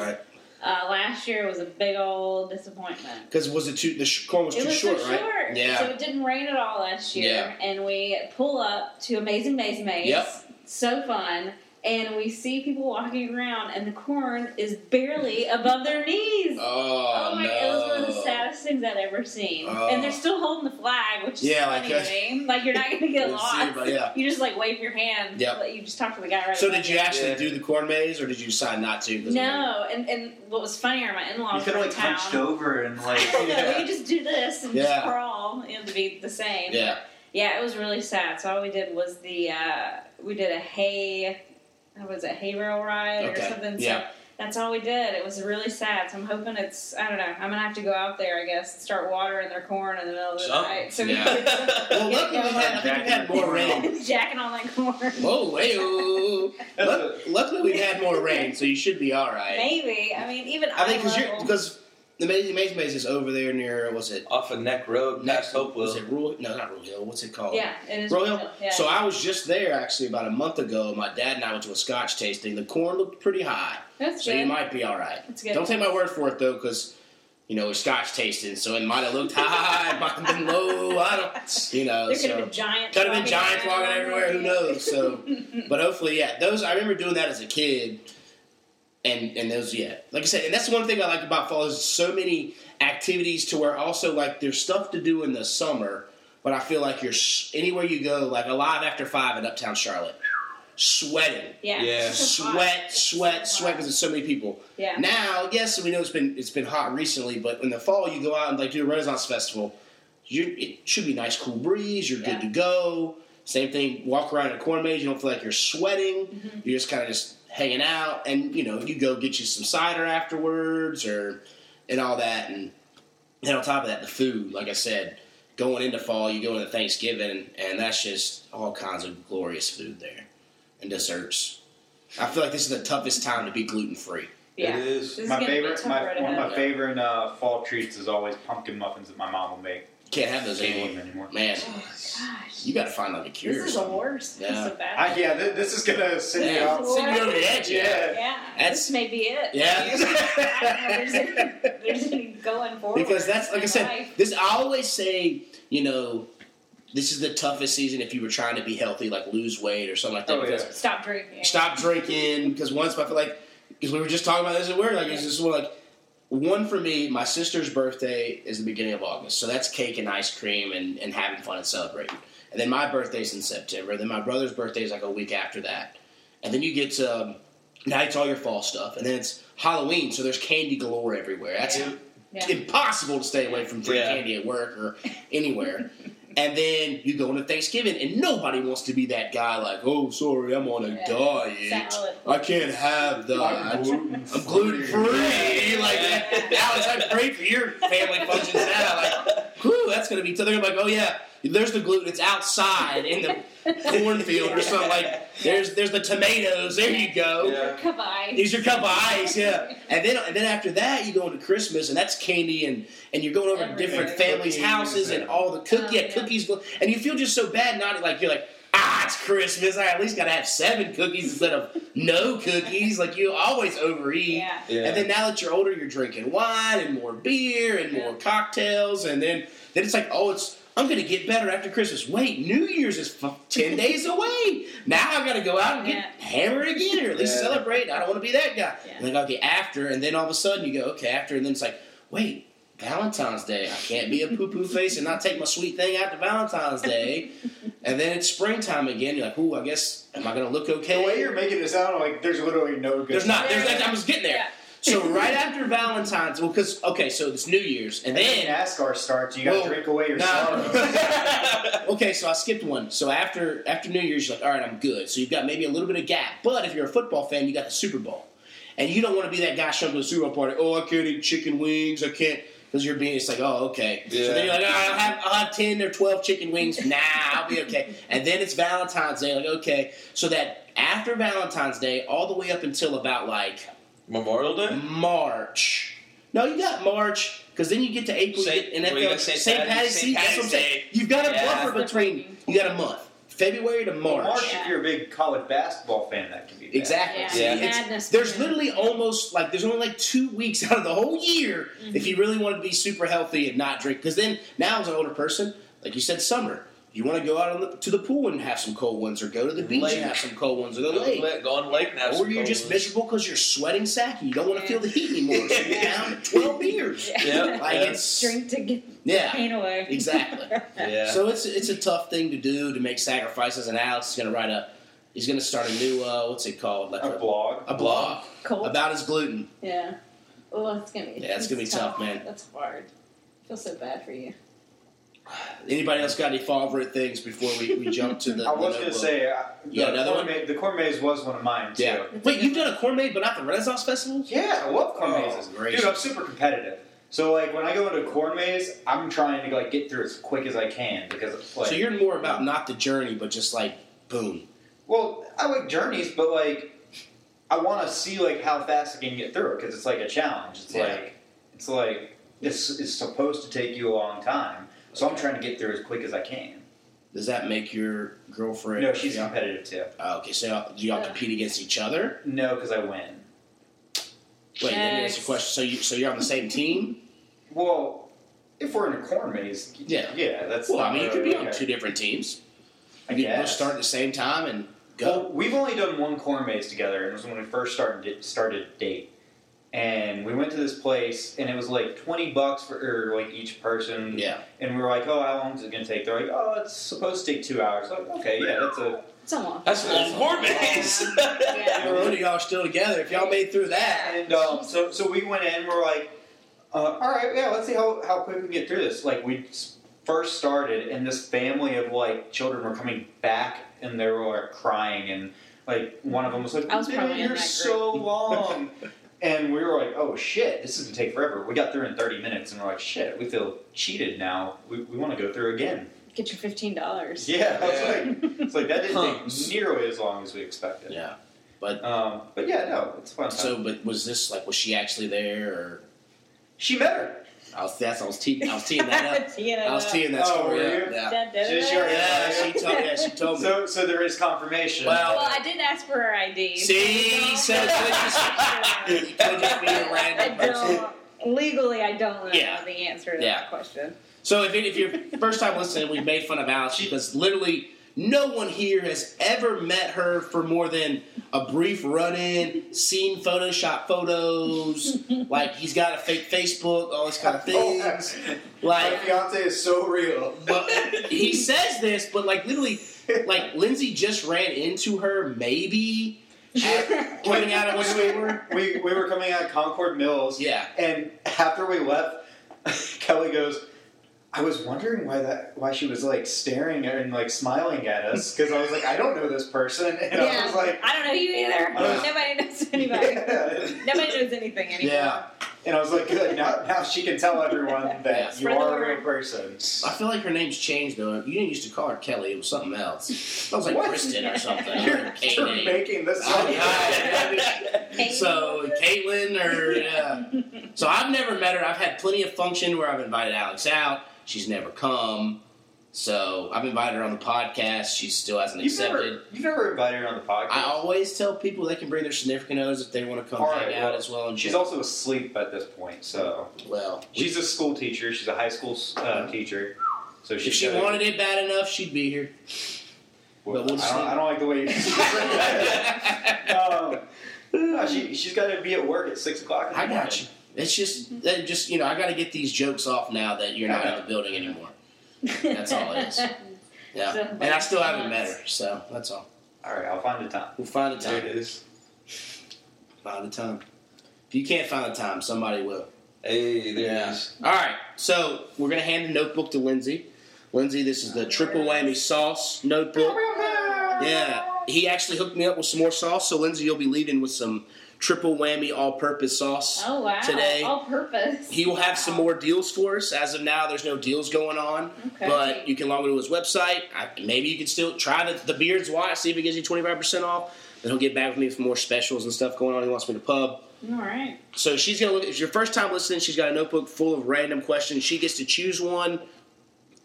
Speaker 5: Uh, last year was a big old disappointment.
Speaker 3: Because was it too, the sh- corn was
Speaker 5: It
Speaker 3: too
Speaker 5: was
Speaker 3: short,
Speaker 5: so
Speaker 3: right?
Speaker 5: short.
Speaker 3: Yeah.
Speaker 5: So it didn't rain at all last year. And we pull up to Amazing Maze Maze.
Speaker 3: Yep.
Speaker 5: So fun. And we see people walking around, and the corn is barely above their knees.
Speaker 3: Oh,
Speaker 5: my!
Speaker 3: no.
Speaker 5: It was one of the saddest things I've ever seen.
Speaker 3: Oh.
Speaker 5: And they're still holding the flag, which is
Speaker 3: Yeah,
Speaker 5: funny
Speaker 3: like,
Speaker 5: to me. Like you're not gonna get
Speaker 3: Let's see
Speaker 5: lost.
Speaker 3: about- yeah.
Speaker 5: You just like wave your hand.
Speaker 3: Yep.
Speaker 5: Like, You just talk to the guy right.
Speaker 3: So
Speaker 5: above
Speaker 3: did you actually
Speaker 2: Yeah.
Speaker 3: do the corn maze, or did you decide not to? 'cause of rain?
Speaker 5: No, and, and what was funnier, my
Speaker 4: You
Speaker 5: in-laws
Speaker 4: could
Speaker 5: were
Speaker 4: have
Speaker 5: in
Speaker 4: like hunched
Speaker 5: town.
Speaker 4: over and like.
Speaker 5: no, we just do this and
Speaker 3: Yeah.
Speaker 5: just crawl. It would be the same.
Speaker 3: Yeah.
Speaker 5: Yeah, it was really sad. So all we did was the uh, we did a hay, what was it hay rail ride or
Speaker 3: Okay,
Speaker 5: something? So
Speaker 3: yeah.
Speaker 5: that's all we did. It was really sad. So I'm hoping it's I don't know. I'm gonna have to go out there, I guess, and start watering their corn in the middle of the
Speaker 2: Something.
Speaker 5: night. So
Speaker 2: Yeah.
Speaker 3: Well, luckily we had, I think we had more
Speaker 5: we
Speaker 3: rain. Oh,
Speaker 5: were jacking on that corn.
Speaker 3: Whoa, hey
Speaker 4: That's
Speaker 3: Luckily we had more rain, so you should be all right.
Speaker 5: Maybe I mean even
Speaker 3: I think because
Speaker 5: eye
Speaker 3: you're
Speaker 5: level.
Speaker 3: because the maze, maze maze is over there near was it
Speaker 2: Off of Neck Road, past
Speaker 3: was
Speaker 2: Oh, Hopewell.
Speaker 3: it Rule? No, not Rule Hill. What's it called?
Speaker 5: yeah, it is
Speaker 3: Royal Hill.
Speaker 5: Yeah.
Speaker 3: So I was just there actually about a month ago. My dad and I went to a Scotch tasting. The corn looked pretty high,
Speaker 5: that's
Speaker 3: so
Speaker 5: good.
Speaker 3: you might be all right.
Speaker 5: that's good.
Speaker 3: Don't take my word for it though, because you know it's Scotch tasting, so it might have looked high, it might have been low. I don't, you know.
Speaker 5: there could have
Speaker 3: so.
Speaker 5: been giants.
Speaker 3: Could have been giants
Speaker 5: around.
Speaker 3: walking everywhere. Who knows? So, but hopefully, yeah. Those I remember doing that as a kid, and and those, yeah. Like I said, and that's one thing I like about fall is so many activities to where also like there's stuff to do in the summer, but I feel like you're s- anywhere you go, like alive after five in Uptown Charlotte, sweating,
Speaker 5: Yeah.
Speaker 2: Yeah.
Speaker 5: it's just so hot.
Speaker 3: sweat,
Speaker 5: It's so
Speaker 3: sweat, sweat
Speaker 5: hot.
Speaker 3: because there's so many people.
Speaker 5: Yeah.
Speaker 3: Now, yes, we know it's been it's been hot recently, but in the fall you go out and like do a Renaissance festival. You it should be nice, cool breeze. You're
Speaker 5: Yeah.
Speaker 3: good to go. Same thing. Walk around in a corn maze. You don't feel like you're sweating.
Speaker 5: Mm-hmm.
Speaker 3: You're just kind of just hanging out, and you know you go get you some cider afterwards, or and all that. And then on top of that, the food. Like I said, going into fall, you go into Thanksgiving, and that's just all kinds of glorious food there and desserts. I feel like this is the toughest time to be gluten free.
Speaker 5: Yeah.
Speaker 2: It is.
Speaker 5: This is
Speaker 4: my
Speaker 5: gonna be
Speaker 4: favorite,
Speaker 5: tough
Speaker 4: my,
Speaker 5: road
Speaker 4: one of
Speaker 5: ahead.
Speaker 4: my favorite uh, fall treats is always pumpkin muffins that my mom will make.
Speaker 3: Can't have those
Speaker 4: Can't eat
Speaker 3: anymore.
Speaker 4: them anymore.
Speaker 3: Man,
Speaker 5: Gosh.
Speaker 3: you gotta find like a cure.
Speaker 5: This
Speaker 3: or
Speaker 5: is the
Speaker 3: something.
Speaker 5: worst.
Speaker 3: Yeah.
Speaker 5: This is the best.
Speaker 4: I, yeah, th- this is gonna send you
Speaker 3: Yeah.
Speaker 4: out.
Speaker 3: Send you over the edge. Yeah.
Speaker 5: yeah.
Speaker 3: That's-
Speaker 5: this may be it. I don't know if there's,
Speaker 3: Yeah.
Speaker 5: any, there's any going forward.
Speaker 3: because that's like I
Speaker 5: in
Speaker 3: said.
Speaker 5: life.
Speaker 3: This I always say. You know, this is the toughest season if you were trying to be healthy, like lose weight or something like that.
Speaker 4: Oh,
Speaker 3: because
Speaker 4: yeah.
Speaker 5: Stop drinking.
Speaker 3: stop drinking because once I feel like because we were just talking about this and we're like it's just one like one for me my sister's birthday is the beginning of August so that's cake and ice cream and, and having fun and celebrating and then my birthday's in September, then my brother's birthday is like a week after that, and then you get to um, now it's all your fall stuff, and then it's Halloween, so there's candy galore everywhere. That's
Speaker 5: Yeah. Yeah.
Speaker 3: impossible to stay away from free
Speaker 2: Yeah.
Speaker 3: candy at work or anywhere. and then you go into Thanksgiving, and nobody wants to be that guy like, oh, sorry, I'm on a
Speaker 5: Yeah.
Speaker 3: diet.
Speaker 5: Salad.
Speaker 3: Oh, I can't have
Speaker 4: I'm
Speaker 3: that.
Speaker 4: gluten
Speaker 3: I'm gluten free. Like, Alex, I pray for your family functions now. Like, whew, that's going to be tough. They're gonna be like, oh, yeah, there's the gluten. It's outside in the cornfield or something. Like, there's, there's the tomatoes. There you go.
Speaker 2: Yeah.
Speaker 5: Goodbye.
Speaker 3: Here's your cup of ice, yeah. And then and then after that, you go into Christmas, and that's candy, and and you're going over to different
Speaker 4: Everything.
Speaker 3: families'
Speaker 4: Cookies
Speaker 3: houses, and
Speaker 4: and-
Speaker 3: all the cook,
Speaker 5: Oh,
Speaker 3: yeah,
Speaker 5: yeah.
Speaker 3: cookies, go- and you feel just so bad, not like you're like. Ah, it's Christmas. I at least gotta have seven cookies instead of no cookies. Like you always overeat.
Speaker 5: Yeah.
Speaker 2: Yeah.
Speaker 3: And then now that you're older, you're drinking wine and more beer and more cocktails, and then then it's like, oh, it's I'm gonna get better after Christmas. Wait, New Year's is fu- ten days away. Now I gotta go out and get hammered again, or at least
Speaker 2: Yeah.
Speaker 3: celebrate. I don't want to be that guy.
Speaker 5: Yeah.
Speaker 3: And then I'll get after, and then all of a sudden you go, okay, after, and then it's like, wait, Valentine's Day. I can't be a poo poo face and not take my sweet thing out to Valentine's Day. and then it's springtime again. You're like, ooh, I guess am I gonna look okay?
Speaker 4: The way you're making it sound like there's literally no good.
Speaker 3: There's not. There's
Speaker 5: Yeah.
Speaker 3: that. I was getting there.
Speaker 5: Yeah.
Speaker 3: So right after Valentine's, well, because okay, so it's New Year's, and
Speaker 4: And then
Speaker 3: then
Speaker 4: NASCAR starts. You gotta
Speaker 3: Well,
Speaker 4: drink away your
Speaker 3: nah.
Speaker 4: sorrow.
Speaker 3: okay, so I skipped one. So after after New Year's, you're like, all right, I'm good. So you've got maybe a little bit of gap, but if you're a football fan, you got the Super Bowl, and you don't want to be that guy showing up to the Super Bowl party. Oh, I can't eat chicken wings. I can't. Because you're being, it's like, oh, okay. So then
Speaker 2: Yeah.
Speaker 3: you're like, all right, I'll have, I'll have 10 or 12 chicken wings. Nah, I'll be okay. And then it's Valentine's Day. Like, okay. So that after Valentine's Day, all the way up until about like
Speaker 2: Memorial Day.
Speaker 3: March. No, you got March because then you get to April you
Speaker 2: Saint-
Speaker 3: get NFL.
Speaker 2: well, you got Saint Patty's-
Speaker 3: St.
Speaker 2: Saint
Speaker 3: Patty's. That's what I'm
Speaker 2: Patty's
Speaker 3: saying.
Speaker 2: Day.
Speaker 3: You've got a
Speaker 2: Yeah.
Speaker 3: buffer between. You got a month, February to March.
Speaker 4: March, if you're a big college basketball fan, that can be bad.
Speaker 3: Exactly.
Speaker 5: Yeah.
Speaker 3: See,
Speaker 2: Yeah.
Speaker 3: it's-
Speaker 5: Madness.
Speaker 3: there's literally almost like there's only like two weeks out of the whole year if you really wanted to be super healthy and not drink. Because then now as an older person, like you said, summer. You want to go out on the, to the pool and have some cold ones, or go to the beach
Speaker 2: Lake.
Speaker 3: and have some cold ones, or the
Speaker 2: Go
Speaker 3: lake.
Speaker 2: to- Go on the lake now.
Speaker 3: Or you're just miserable because you're sweating sack and you don't want to feel the heat anymore. So you're down to 12 beers.
Speaker 2: Yeah.
Speaker 3: Like
Speaker 2: yeah.
Speaker 3: it's
Speaker 5: Drink to get the
Speaker 3: yeah,
Speaker 5: pain away.
Speaker 3: exactly.
Speaker 2: yeah.
Speaker 3: So it's it's a tough thing to do to make sacrifices. And Alex is going to write a he's going to start a new uh, what's it called like
Speaker 4: A
Speaker 3: a,
Speaker 4: blog.
Speaker 3: a blog
Speaker 5: Cold.
Speaker 3: about his gluten.
Speaker 5: Yeah. Oh, that's gonna be.
Speaker 3: Yeah, it's gonna be
Speaker 5: that's
Speaker 3: tough, man.
Speaker 5: That's hard. I feel so bad for you.
Speaker 3: Anybody else got any favorite things before we, we jump to the?
Speaker 4: I
Speaker 3: the
Speaker 4: was gonna
Speaker 3: notebook?
Speaker 4: say, uh,
Speaker 3: You got
Speaker 4: the
Speaker 3: another one?
Speaker 4: corn ma- the corn maze was one of mine too.
Speaker 3: Yeah. Wait, you've done a gourmet, but not the Renaissance Festival.
Speaker 4: Yeah, I love corn
Speaker 3: Oh,
Speaker 4: mazes.
Speaker 3: gracious.
Speaker 4: Dude, I'm super competitive. So like when I go into a corn maze, I'm trying to like get through as quick as I can because like
Speaker 3: So you're more about not the journey, but just like boom.
Speaker 4: well, I like journeys, but like I want to see like how fast I can get through it because it's like a challenge. It's
Speaker 3: Yeah.
Speaker 4: like it's like this is supposed to take you a long time, so I'm trying to get through as quick as I can.
Speaker 3: Does that make your girlfriend?
Speaker 4: No, she's
Speaker 3: Yeah.
Speaker 4: competitive too.
Speaker 3: Oh, okay, so y'all- do y'all compete against each other?
Speaker 4: No, because I win.
Speaker 3: Wait, let me ask you a
Speaker 5: Next.
Speaker 3: question. So you so you're on the same team?
Speaker 4: Well, if we're in a corn maze,
Speaker 3: Yeah.
Speaker 4: yeah, that's.
Speaker 3: Well,
Speaker 4: not
Speaker 3: I mean, you could
Speaker 4: really
Speaker 3: be on
Speaker 4: okay.
Speaker 3: two different teams.
Speaker 4: I
Speaker 3: You could both
Speaker 4: guess.
Speaker 3: start at the same time and go.
Speaker 4: Well, we've only done one corn maze together, and it was when we first started started to date. And we went to this place, and it was like twenty bucks for or like each person.
Speaker 3: yeah,
Speaker 4: And we were like, "Oh, how long is it going to take?" They're like, "Oh, it's supposed to take two hours." Like, okay, yeah, that's a.
Speaker 5: It's a long.
Speaker 2: That's a long corn maze.
Speaker 5: Yeah.
Speaker 3: no wonder y'all are still together. If y'all made through that,
Speaker 4: And um, so, so we went in. We're like, uh, "All right, yeah, let's see how how quick we can get through this." Like we s- first started, and this family of like children were coming back, and they were like crying, and like one of them was like,
Speaker 5: I was
Speaker 4: "Dude,
Speaker 5: probably in
Speaker 4: "You're
Speaker 5: that group."
Speaker 4: so long." And we were like, oh shit, this is gonna take forever. We got through in 30 minutes and we're like, shit, we feel cheated now. We, we wanna go through again.
Speaker 5: Get your fifteen dollars.
Speaker 4: Yeah,
Speaker 2: Yeah.
Speaker 4: It's, like, it's like that
Speaker 2: Huh.
Speaker 4: didn't take nearly as long as we expected.
Speaker 3: yeah.
Speaker 4: Um, but yeah, no, it's fun. time.
Speaker 3: So, but was this like was she actually there? Or
Speaker 4: she met her.
Speaker 3: I was that's I was teeing I was teeing that up.
Speaker 5: Teeing it
Speaker 3: I was
Speaker 5: up.
Speaker 3: teeing that
Speaker 4: Oh,
Speaker 3: story
Speaker 4: were
Speaker 3: up.
Speaker 4: you?
Speaker 3: Yeah,
Speaker 5: Dun, dun, dun,
Speaker 4: Just
Speaker 5: dun.
Speaker 4: your-
Speaker 3: yeah. She told yeah she told me.
Speaker 4: So, so there is confirmation.
Speaker 3: Wow.
Speaker 5: Well, I did ask for her ID.
Speaker 3: See, so
Speaker 5: I don't-
Speaker 3: you could just be a
Speaker 5: I
Speaker 3: random person.
Speaker 5: don't. Legally, I don't know
Speaker 3: Yeah.
Speaker 5: the answer to
Speaker 3: Yeah.
Speaker 5: that question.
Speaker 3: So if, if you're first time listening, we made fun of Alex because literally No one here has ever met her for more than a brief run in, seen Photoshop photos. like he's got a fake Facebook, all this kind of
Speaker 6: Oh,
Speaker 3: things.
Speaker 6: my
Speaker 3: Like
Speaker 6: fiance is so real.
Speaker 3: but he says this, but like literally, like Lindsay just ran into her maybe at, coming out of a store.
Speaker 4: we, we were coming out of Concord Mills,
Speaker 3: Yeah,
Speaker 4: and after we left, Kelly goes, I was wondering why that why she was like staring at and like smiling at us because I was like I don't know this person and I was like
Speaker 5: I don't know you either.
Speaker 4: Uh,
Speaker 5: Nobody knows anybody.
Speaker 4: yeah.
Speaker 5: Nobody knows anything anymore.
Speaker 3: yeah.
Speaker 4: and I was like good now now she can tell everyone
Speaker 3: Yeah.
Speaker 4: that you
Speaker 5: Spread the
Speaker 4: are a
Speaker 5: word.
Speaker 4: real person
Speaker 3: I feel like her name's changed though. You didn't used to call her Kelly; it was something else. I was like
Speaker 4: What?
Speaker 3: Kristen uh, or something.
Speaker 4: you're,
Speaker 3: Kate
Speaker 4: you're
Speaker 3: Nate.
Speaker 4: making this
Speaker 3: Oh,
Speaker 4: up.
Speaker 3: God.
Speaker 5: Hey.
Speaker 3: So Caitlin or yeah. So I've never met her. I've had plenty of function where I've invited Alex out. She's never come. So I've invited her on the podcast. She still hasn't
Speaker 4: you've
Speaker 3: accepted.
Speaker 4: never you've never invited her on the podcast
Speaker 3: I always tell people they can bring their significant others if they want to come
Speaker 4: All
Speaker 3: hang
Speaker 4: right,
Speaker 3: out
Speaker 4: well,
Speaker 3: as well. And
Speaker 4: she's
Speaker 3: shit.
Speaker 4: also asleep at this point so
Speaker 3: well,
Speaker 4: she's a school teacher she's a high school uh, teacher so
Speaker 3: Mm-hmm. if she
Speaker 4: gotta-
Speaker 3: wanted it bad enough, she'd be here.
Speaker 4: Well,
Speaker 3: But we'll
Speaker 4: I,
Speaker 3: see.
Speaker 4: don't, I don't like the way you. um, no, she, she's got to be at work at six o'clock. in the
Speaker 3: I got
Speaker 4: morning.
Speaker 3: you. It's just, that just you know, I got to get these jokes off now that you're not in the building anymore. That's all it is. Yeah,
Speaker 5: So,
Speaker 3: and I still haven't met her, so that's all.
Speaker 4: All right, I'll find a time.
Speaker 3: We'll find a
Speaker 2: There
Speaker 3: time.
Speaker 2: it is.
Speaker 3: Find a time. If you can't find a time, somebody will.
Speaker 2: Hey, there
Speaker 3: Yeah.
Speaker 2: it is.
Speaker 3: All right, so we're gonna hand the notebook to Lindsay. Lindsay, this is the triple whammy sauce notebook. Yeah, he actually hooked me up with some more sauce. So Lindsay, you'll be leaving with some triple whammy all-purpose sauce.
Speaker 5: Oh wow!
Speaker 3: Today.
Speaker 5: all purpose.
Speaker 3: He will have some more deals for us. As of now, there's no deals going on,
Speaker 5: Okay.
Speaker 3: but you can log into his website. I, maybe you can still try the, the Beards Watch, see if it gives you 25% off. Then he'll get back with me for more specials and stuff going on. He wants me to pub.
Speaker 5: all right.
Speaker 3: So she's gonna look. It's your first time listening. She's got a notebook full of random questions. She gets to choose one,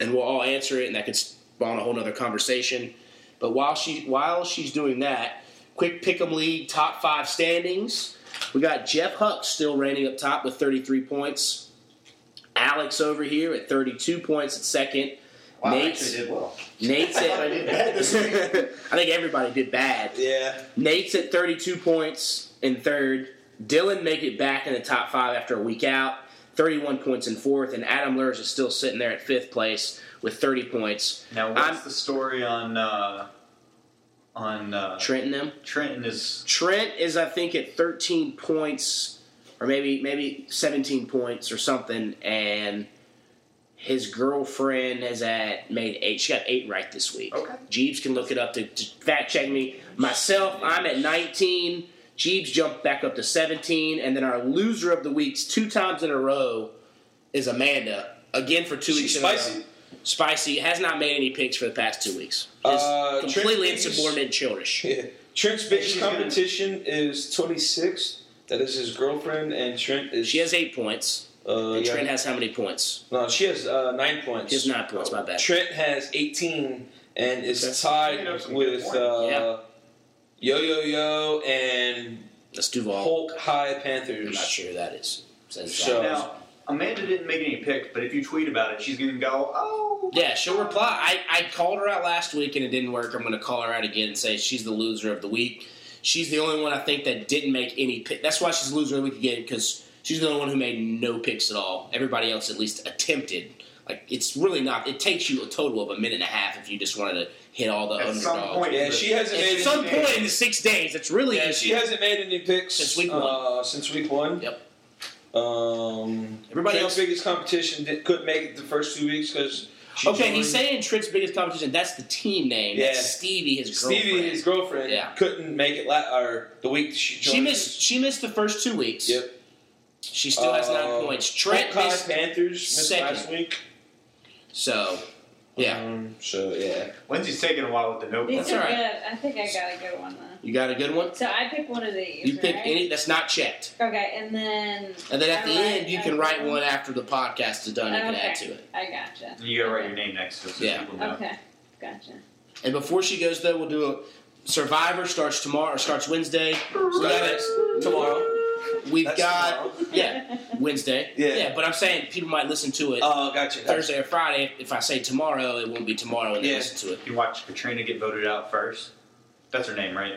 Speaker 3: and we'll all answer it, and that could spawn a whole nother conversation. But while she while she's doing that, quick pick'em league top five standings. We got Jeff Huck still reigning up top with 33 points. Alex over here at 32 points at second.
Speaker 4: Wow, I
Speaker 3: Nate's-
Speaker 4: actually did well.
Speaker 3: Nate's at
Speaker 6: I did bad this week.
Speaker 3: I think everybody did bad.
Speaker 2: Yeah.
Speaker 3: Nate's at 32 points in third. Dylan make it back in the top five after a week out, 31 points in fourth, and Adam Lurs is still sitting there at fifth place with 30 points.
Speaker 4: Now, what's
Speaker 3: I'm-
Speaker 4: the story on uh, on uh,
Speaker 3: Trent and them.
Speaker 4: Trenton? Is
Speaker 3: Trent is I think at 13 points, or maybe maybe 17 points or something, and his girlfriend has at made eight. She got eight right this week.
Speaker 4: okay?
Speaker 3: Jeeves can look it up to, to fact check me. Myself, I'm at 19. Jeeves jumped back up to 17. And then our loser of the weeks, two times in a row, is Amanda. Again for two
Speaker 2: She's
Speaker 3: weeks in a row.
Speaker 2: spicy.
Speaker 3: Spicy. Has not made any picks for the past two weeks. Is
Speaker 2: Uh,
Speaker 3: completely
Speaker 2: Trent's-
Speaker 3: insubordinate and childish.
Speaker 2: Yeah. Trent's biggest
Speaker 4: She's gonna-
Speaker 2: competition is 26. That is his girlfriend, and Trent is.
Speaker 3: She has eight points.
Speaker 2: Uh,
Speaker 3: And
Speaker 2: yeah.
Speaker 3: Trent has how many points?
Speaker 2: no, she has uh, nine points.
Speaker 3: He has nine points, my bad.
Speaker 2: Trent has 18 and
Speaker 3: Okay.
Speaker 2: is
Speaker 4: You
Speaker 2: tied
Speaker 4: know, some
Speaker 2: with
Speaker 4: good
Speaker 2: uh, Yo Yo Yo and
Speaker 3: That's Duval.
Speaker 2: Hulk High
Speaker 3: I'm not
Speaker 2: Panthers.
Speaker 3: sure who that is. Says that.
Speaker 2: So-
Speaker 4: Now, Amanda didn't make any picks, but if you tweet about it, she's gonna go, "Oh,
Speaker 3: Yeah, she'll reply. I, I called her out last week and it didn't work. I'm going to call her out again and say she's the loser of the week. She's the only one I think that didn't make any pick. That's why she's loser of the week again because she's the only one who made no picks at all. Everybody else at least attempted. Like it's really not. It takes you a total of a minute and a half if you just wanted to hit all the
Speaker 4: at
Speaker 3: underdogs.
Speaker 4: some point."
Speaker 2: Yeah, she hasn't
Speaker 3: At
Speaker 2: made
Speaker 3: some
Speaker 2: any picks.
Speaker 3: point in the six days, it's really
Speaker 2: Yeah, she hasn't made any picks
Speaker 3: Since week
Speaker 2: Uh, since week one.
Speaker 3: Yep.
Speaker 2: Um,
Speaker 3: Everybody
Speaker 2: Trent's
Speaker 3: else-
Speaker 2: biggest competition did, couldn't make it the first two weeks because
Speaker 3: okay. He's saying Trent's biggest competition. That's the team name. That's
Speaker 2: Yeah.
Speaker 3: Stevie, his girlfriend.
Speaker 2: Stevie, his girlfriend,
Speaker 3: Yeah.
Speaker 2: couldn't make it la- or the week she joined.
Speaker 3: she missed. She missed the first two weeks.
Speaker 2: Yep.
Speaker 3: She still has nine
Speaker 2: Uh,
Speaker 3: points. Trent
Speaker 2: Hulk High
Speaker 3: missed
Speaker 2: Panthers missed
Speaker 3: second.
Speaker 2: last week.
Speaker 3: So, yeah,
Speaker 2: Um, so yeah.
Speaker 4: Lindsay's taking a while with the notebook.
Speaker 5: These
Speaker 3: That's
Speaker 5: are
Speaker 3: all right.
Speaker 5: good. I think I got a good one though.
Speaker 3: you got a good one.
Speaker 5: So I pick one of these.
Speaker 3: You pick
Speaker 5: right?
Speaker 3: any that's not checked,
Speaker 5: Okay, and then
Speaker 3: and then at the
Speaker 5: I write-
Speaker 3: end you can write one after the podcast is done. You can add to it.
Speaker 5: I gotcha.
Speaker 4: You gotta write your name next to it so
Speaker 3: Yeah.
Speaker 4: people know.
Speaker 5: Okay, gotcha.
Speaker 3: And before she goes, though, we'll do a Survivor starts tomorrow or starts Wednesday. So we got it
Speaker 2: Tomorrow.
Speaker 3: We've
Speaker 2: That's
Speaker 3: got
Speaker 2: tomorrow.
Speaker 3: yeah Wednesday.
Speaker 2: Yeah.
Speaker 3: but I'm saying people might listen to it
Speaker 2: Oh, gotcha.
Speaker 3: Thursday or Friday. If I say tomorrow, it won't be tomorrow when they
Speaker 2: Yeah.
Speaker 3: listen to it.
Speaker 4: You watch Katrina get voted out first. That's her name, right?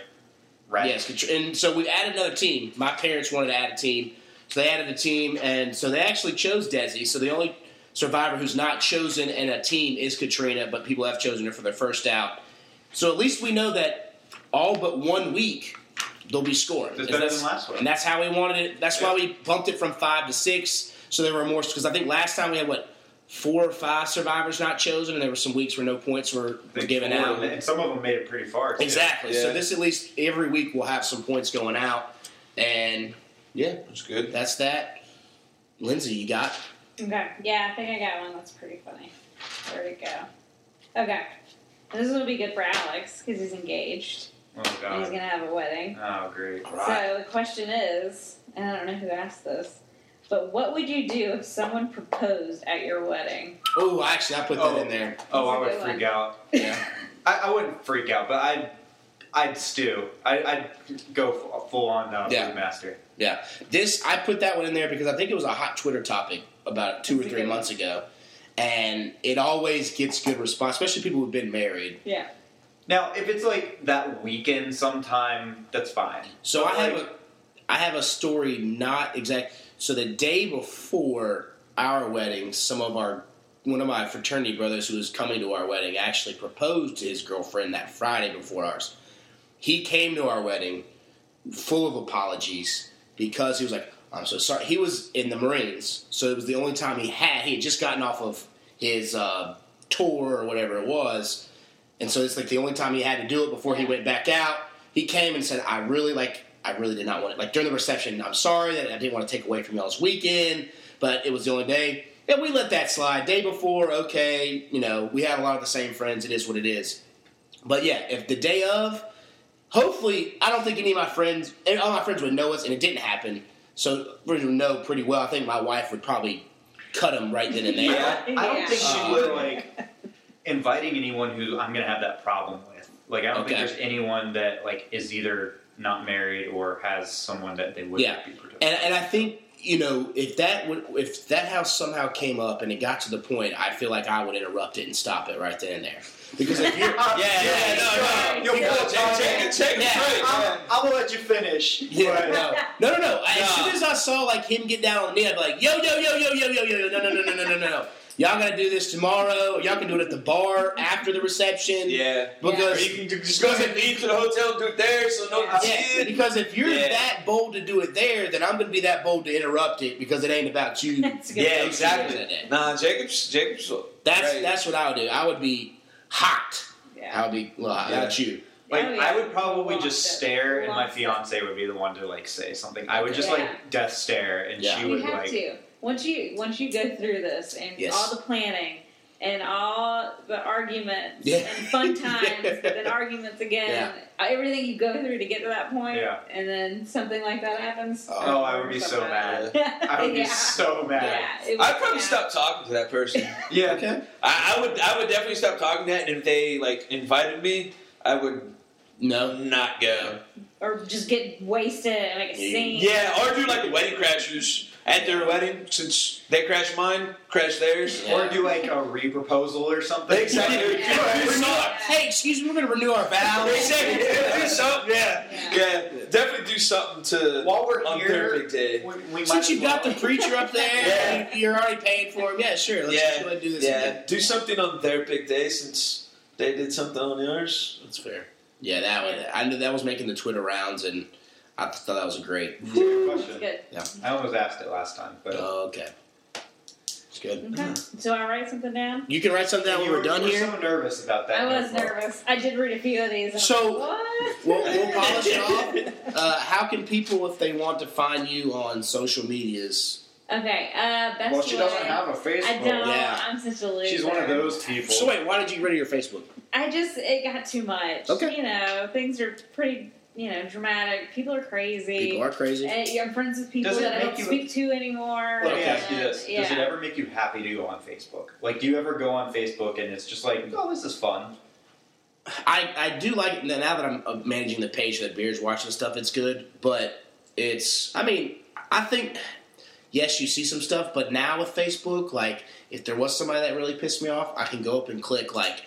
Speaker 4: Rat.
Speaker 3: Yes, Katr- and so we added another team. My parents wanted to add a team, so they added a team, and so they actually chose Desi. So the only survivor who's not chosen in a team is Katrina, but people have chosen her for their first out. So at least we know that all but one week they'll be scoring.
Speaker 4: That's
Speaker 3: And
Speaker 4: better
Speaker 3: that's-
Speaker 4: than last
Speaker 3: and
Speaker 4: one.
Speaker 3: that's how we wanted it. That's why we bumped it from five to six, so there were more. Because I think last time we had what four or five survivors not chosen, and there were some weeks where no points were, were given
Speaker 4: Four
Speaker 3: out.
Speaker 4: of them- And some of them made it pretty far. too.
Speaker 3: Exactly. So
Speaker 2: Yeah.
Speaker 3: this at least every week will have some points going out, and yeah,
Speaker 2: That's good.
Speaker 3: that's that. Lindsay, you got
Speaker 5: Okay. Yeah, I think I got one. That's pretty funny. Where'd it go? Okay. This will be good for Alex because he's engaged
Speaker 4: Oh
Speaker 5: and he's
Speaker 4: god.
Speaker 5: gonna have a wedding.
Speaker 4: Oh great.
Speaker 3: all right.
Speaker 5: So the question is, and I don't know who asked this, but what would you do if someone proposed at your wedding?
Speaker 3: Oh, actually, I put that
Speaker 4: Oh.
Speaker 3: in there.
Speaker 4: Oh, I
Speaker 5: That's a
Speaker 4: would
Speaker 5: good
Speaker 4: freak
Speaker 5: one.
Speaker 4: out.
Speaker 3: Yeah.
Speaker 4: I, I wouldn't freak out, but I'd I'd stew. I, I'd go fu- full on uh, down
Speaker 3: Yeah.
Speaker 4: food master.
Speaker 3: This I put that one in there because I think it was a hot Twitter topic about two or
Speaker 5: That's a
Speaker 3: three
Speaker 5: good one.
Speaker 3: months ago, and it always gets good response, especially people who've been married.
Speaker 5: Yeah.
Speaker 4: Now, if it's like that weekend sometime, that's fine.
Speaker 3: So I have
Speaker 4: Like-
Speaker 3: a, I have a story not exact. So the day before our wedding, some of our one of my fraternity brothers who was coming to our wedding actually proposed to his girlfriend that Friday before ours. He came to our wedding full of apologies because he was like, "I'm so sorry." He was in the Marines, so it was the only time he had. He had just gotten off of his uh, tour or whatever it was, and so it's like the only time he had to do it before he went back out. He came and said, "I really like, I really did not want it." Like during the reception, I'm sorry that I didn't want to take away from y'all's weekend, but it was the only day. And we let that slide. Day before, okay, you know, we had a lot of the same friends. It is what it is. But yeah, if the day of, hopefully, I don't think any of my friends, and all my friends would know us, and it didn't happen. So we would know pretty well. I think my wife would probably cut him right then and there.
Speaker 2: Yeah.
Speaker 4: I don't
Speaker 5: Yeah.
Speaker 4: think
Speaker 3: Uh,
Speaker 4: she would like inviting anyone who I'm gonna have that problem with. Like I don't
Speaker 3: Okay.
Speaker 4: think there's anyone that like is either not married or has someone that they would
Speaker 3: Yeah.
Speaker 4: be protected.
Speaker 3: And, and I think you know if that would if that house somehow came up and it got to the point, I feel like I would interrupt it and stop it right then and there. Because if you're yeah, yeah, yeah, no, no,
Speaker 4: You're
Speaker 3: Because-
Speaker 4: full of
Speaker 2: Take, take, take
Speaker 3: Yeah.
Speaker 2: a break.
Speaker 6: I'm- I will let you finish. but-
Speaker 3: Yeah, no, no, no, no. I- As
Speaker 2: No.
Speaker 3: soon as I saw like him get down on me, I'd be like, yo, yo, yo, yo, yo, yo, yo, yo, no, no, no, no, no, no, no, no. Y'all gotta do this tomorrow. Y'all can do it at the bar after the reception.
Speaker 2: Yeah. Or
Speaker 3: Because
Speaker 2: you can ju- just go ahead and eat to the hotel, do it there, so no
Speaker 5: Yeah.
Speaker 2: yeah.
Speaker 3: Yeah, because if you're
Speaker 2: Yeah.
Speaker 3: that bold to do it there, then I'm gonna be that bold to interrupt it because it ain't about you.
Speaker 5: That's a good
Speaker 2: Yeah,
Speaker 5: one.
Speaker 2: exactly. Nah, Jacob's Jacob's.
Speaker 3: That's
Speaker 2: Right.
Speaker 3: that's what I would do. I would be hot. I
Speaker 5: Yeah.
Speaker 3: would be well, how
Speaker 2: Yeah.
Speaker 3: about you.
Speaker 4: Like
Speaker 5: Oh, yeah.
Speaker 4: I would probably
Speaker 5: Lost
Speaker 4: just
Speaker 5: it.
Speaker 4: stare, and my
Speaker 5: Lost it.
Speaker 4: fiance would be the one to like say something. I would just
Speaker 5: Yeah.
Speaker 4: like death stare, and
Speaker 3: Yeah.
Speaker 4: she
Speaker 5: You
Speaker 4: would
Speaker 5: have
Speaker 4: like.
Speaker 5: to once you once you go through this and
Speaker 3: Yes.
Speaker 5: all the planning and all the arguments
Speaker 3: Yeah.
Speaker 5: and fun times and then arguments again everything you go through to get to that point
Speaker 4: Yeah.
Speaker 5: and then something like that happens
Speaker 3: Oh,
Speaker 4: Oh, I would be so mad. I would
Speaker 5: yeah.
Speaker 4: be so mad.
Speaker 5: yeah, it would-
Speaker 2: I'd probably
Speaker 5: yeah.
Speaker 2: stop talking to that person.
Speaker 4: Yeah.
Speaker 3: Okay.
Speaker 2: I, I would I would definitely stop talking to that, and if they like invited me, I would
Speaker 3: No.
Speaker 2: not go.
Speaker 5: or just get wasted and make a
Speaker 3: Yeah.
Speaker 5: scene
Speaker 2: Yeah, or do like the wedding crashers at their wedding, since they crashed mine, crash theirs.
Speaker 3: Yeah.
Speaker 4: Or do like a re-proposal or something.
Speaker 2: Exactly.
Speaker 4: Like,
Speaker 2: Yeah.
Speaker 3: Renew our- hey, excuse me, we're gonna renew our vows.
Speaker 2: Exactly. Do something. Yeah.
Speaker 5: Yeah.
Speaker 2: Yeah. Definitely do something to
Speaker 4: While we're
Speaker 2: on their
Speaker 4: here,
Speaker 2: big day.
Speaker 4: we, we might
Speaker 3: Since
Speaker 4: as
Speaker 3: you've got the
Speaker 4: well-
Speaker 3: preacher up there,
Speaker 2: Yeah.
Speaker 3: and you're already paying for him. Yeah, sure. Let's
Speaker 2: Yeah.
Speaker 3: just go ahead and do this again.
Speaker 2: Yeah. Do something on their big day since they did something on yours.
Speaker 3: That's fair. Yeah, that one. I knew that was making the Twitter rounds, and I thought that was a great.
Speaker 4: It's a good
Speaker 5: That's
Speaker 4: question.
Speaker 5: good.
Speaker 4: I almost asked it last time, but
Speaker 3: Okay, it's good.
Speaker 5: Okay. So I write something down.
Speaker 3: You can write something down
Speaker 4: You
Speaker 3: when we're done
Speaker 4: you
Speaker 3: here.
Speaker 4: so nervous about that.
Speaker 5: I was
Speaker 4: notebook.
Speaker 5: nervous. I did read a few of these. And I'm
Speaker 3: So-
Speaker 5: like, what?
Speaker 3: We'll, we'll polish it off. Uh, how can people, if they want to find you on social medias?
Speaker 5: Okay. Uh, best
Speaker 6: Well, she
Speaker 5: way.
Speaker 6: doesn't have a
Speaker 5: I
Speaker 6: Facebook.
Speaker 5: don't.
Speaker 3: Oh, Yeah.
Speaker 5: I'm such a loser.
Speaker 4: She's one of those people.
Speaker 3: So wait, why did you get rid of your Facebook?
Speaker 5: I just it got too much.
Speaker 3: Okay.
Speaker 5: You know, things are pretty. You know, dramatic. People are crazy.
Speaker 3: People are crazy.
Speaker 5: And, yeah, I'm friends with people
Speaker 4: Does it
Speaker 5: that I
Speaker 4: make
Speaker 5: don't
Speaker 4: you-
Speaker 5: speak to anymore.
Speaker 4: Let me
Speaker 3: Okay.
Speaker 4: ask you this:
Speaker 5: Yeah.
Speaker 4: Does it ever make you happy to go on Facebook? Like, do you ever go on Facebook and it's just like, oh, this is fun?
Speaker 3: I, I do like now that I'm uh, managing the page for the beers, watching stuff. It's good, but it's I mean, I think yes, you see some stuff, but now with Facebook, like if there was somebody that really pissed me off, I can go up and click like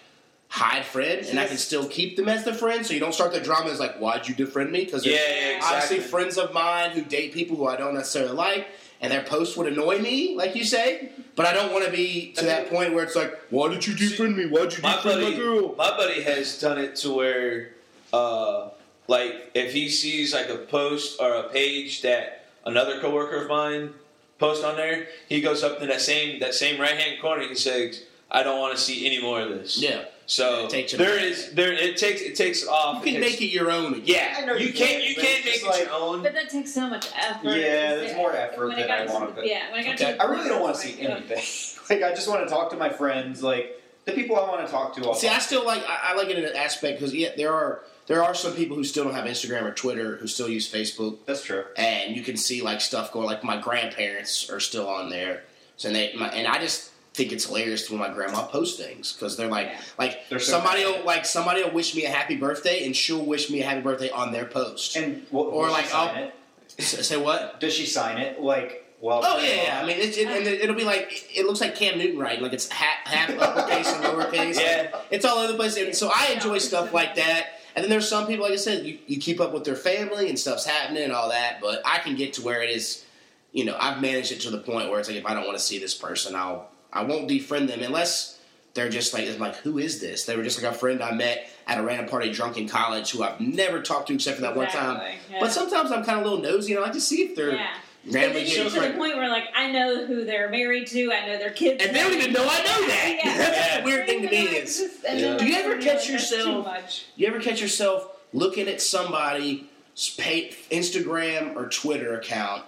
Speaker 3: hide friend, and I can still keep them as the friend, so you don't start the drama. It's like why'd you defriend me? Because
Speaker 2: Yeah, yeah,
Speaker 3: obviously
Speaker 2: exactly.
Speaker 3: friends of mine who date people who I don't necessarily like. And their posts would annoy me, like you say, but I don't want to be to that point where it's like, why did you defriend me? Why'd you
Speaker 2: my
Speaker 3: defriend my
Speaker 2: buddy,
Speaker 3: girl?
Speaker 2: my buddy has done it to where, uh, like, if he sees like a post or a page that another coworker of mine posts on there, he goes up to that same that same right hand corner and he says, "I don't want to see any more of this."
Speaker 3: Yeah.
Speaker 2: So
Speaker 3: It takes it
Speaker 2: there
Speaker 3: off.
Speaker 2: is there it takes it takes it
Speaker 3: You
Speaker 2: off.
Speaker 3: can make it your own. again.
Speaker 2: Yeah,
Speaker 4: I know
Speaker 2: you,
Speaker 4: you
Speaker 2: can't
Speaker 4: can,
Speaker 2: you
Speaker 4: but
Speaker 2: can't
Speaker 4: it's
Speaker 2: make
Speaker 4: just
Speaker 2: it
Speaker 4: like-
Speaker 2: your own.
Speaker 5: But that takes so much effort.
Speaker 4: Yeah, there's
Speaker 5: It's-
Speaker 4: more effort
Speaker 5: when it
Speaker 4: than I
Speaker 5: got
Speaker 4: want
Speaker 5: to-
Speaker 4: of it.
Speaker 5: Yeah, when I got
Speaker 3: Okay.
Speaker 5: to
Speaker 4: I really don't want to see anything. like, I just want to talk to my friends, like the people I want to talk to. All
Speaker 3: See, I still like I, I like it in an aspect because yeah, there are there are some people who still don't have Instagram or Twitter who still use Facebook,
Speaker 4: that's true.
Speaker 3: and you can see like stuff going. Like my grandparents are still on there, so they my, and I just think it's hilarious when my grandma posts things because they're like
Speaker 5: Yeah.
Speaker 3: like
Speaker 4: They're so
Speaker 3: somebody
Speaker 4: good.
Speaker 3: will, like somebody will wish me a happy birthday and she'll wish me a happy birthday on their post.
Speaker 4: And well,
Speaker 3: Or
Speaker 4: does
Speaker 3: like,
Speaker 4: she sign
Speaker 3: I'll-
Speaker 4: it?
Speaker 3: S- Say what?
Speaker 4: Does she sign it? Like, well,
Speaker 3: Oh yeah, yeah. I mean, it's, it, and it'll be like it looks like Cam Newton, right? Like it's half, half uppercase and lowercase.
Speaker 2: Yeah,
Speaker 3: It's all over the place, and so I enjoy stuff like that. And then there's some people, like I said, you, you keep up with their family and stuff's happening and all that. But I can get to where it is, you know, I've managed it to the point where it's like if I don't want to see this person, I'll I won't defriend them unless they're just like it's like who is this? They were just like a friend I met at a random party drunk in college who I've never talked to except for that one time.
Speaker 5: Exactly, yeah.
Speaker 3: But sometimes I'm kind of a little nosy, and I like to see if they're
Speaker 5: Yeah. But
Speaker 3: randomly
Speaker 5: then you get
Speaker 3: getting
Speaker 5: to the
Speaker 3: friends.
Speaker 5: point where, like, I know who they're married to, I know their kids.
Speaker 3: And they don't even know I know that.
Speaker 5: Yeah.
Speaker 3: That's the
Speaker 2: Yeah.
Speaker 3: weird thing to me
Speaker 5: Like,
Speaker 3: is.
Speaker 5: just- and
Speaker 2: Yeah.
Speaker 5: then,
Speaker 3: Do
Speaker 5: like,
Speaker 3: you ever
Speaker 5: you're
Speaker 3: catch
Speaker 5: like, that's
Speaker 3: yourself-
Speaker 5: Too much.
Speaker 3: You ever catch yourself looking at somebody pay, Instagram or Twitter account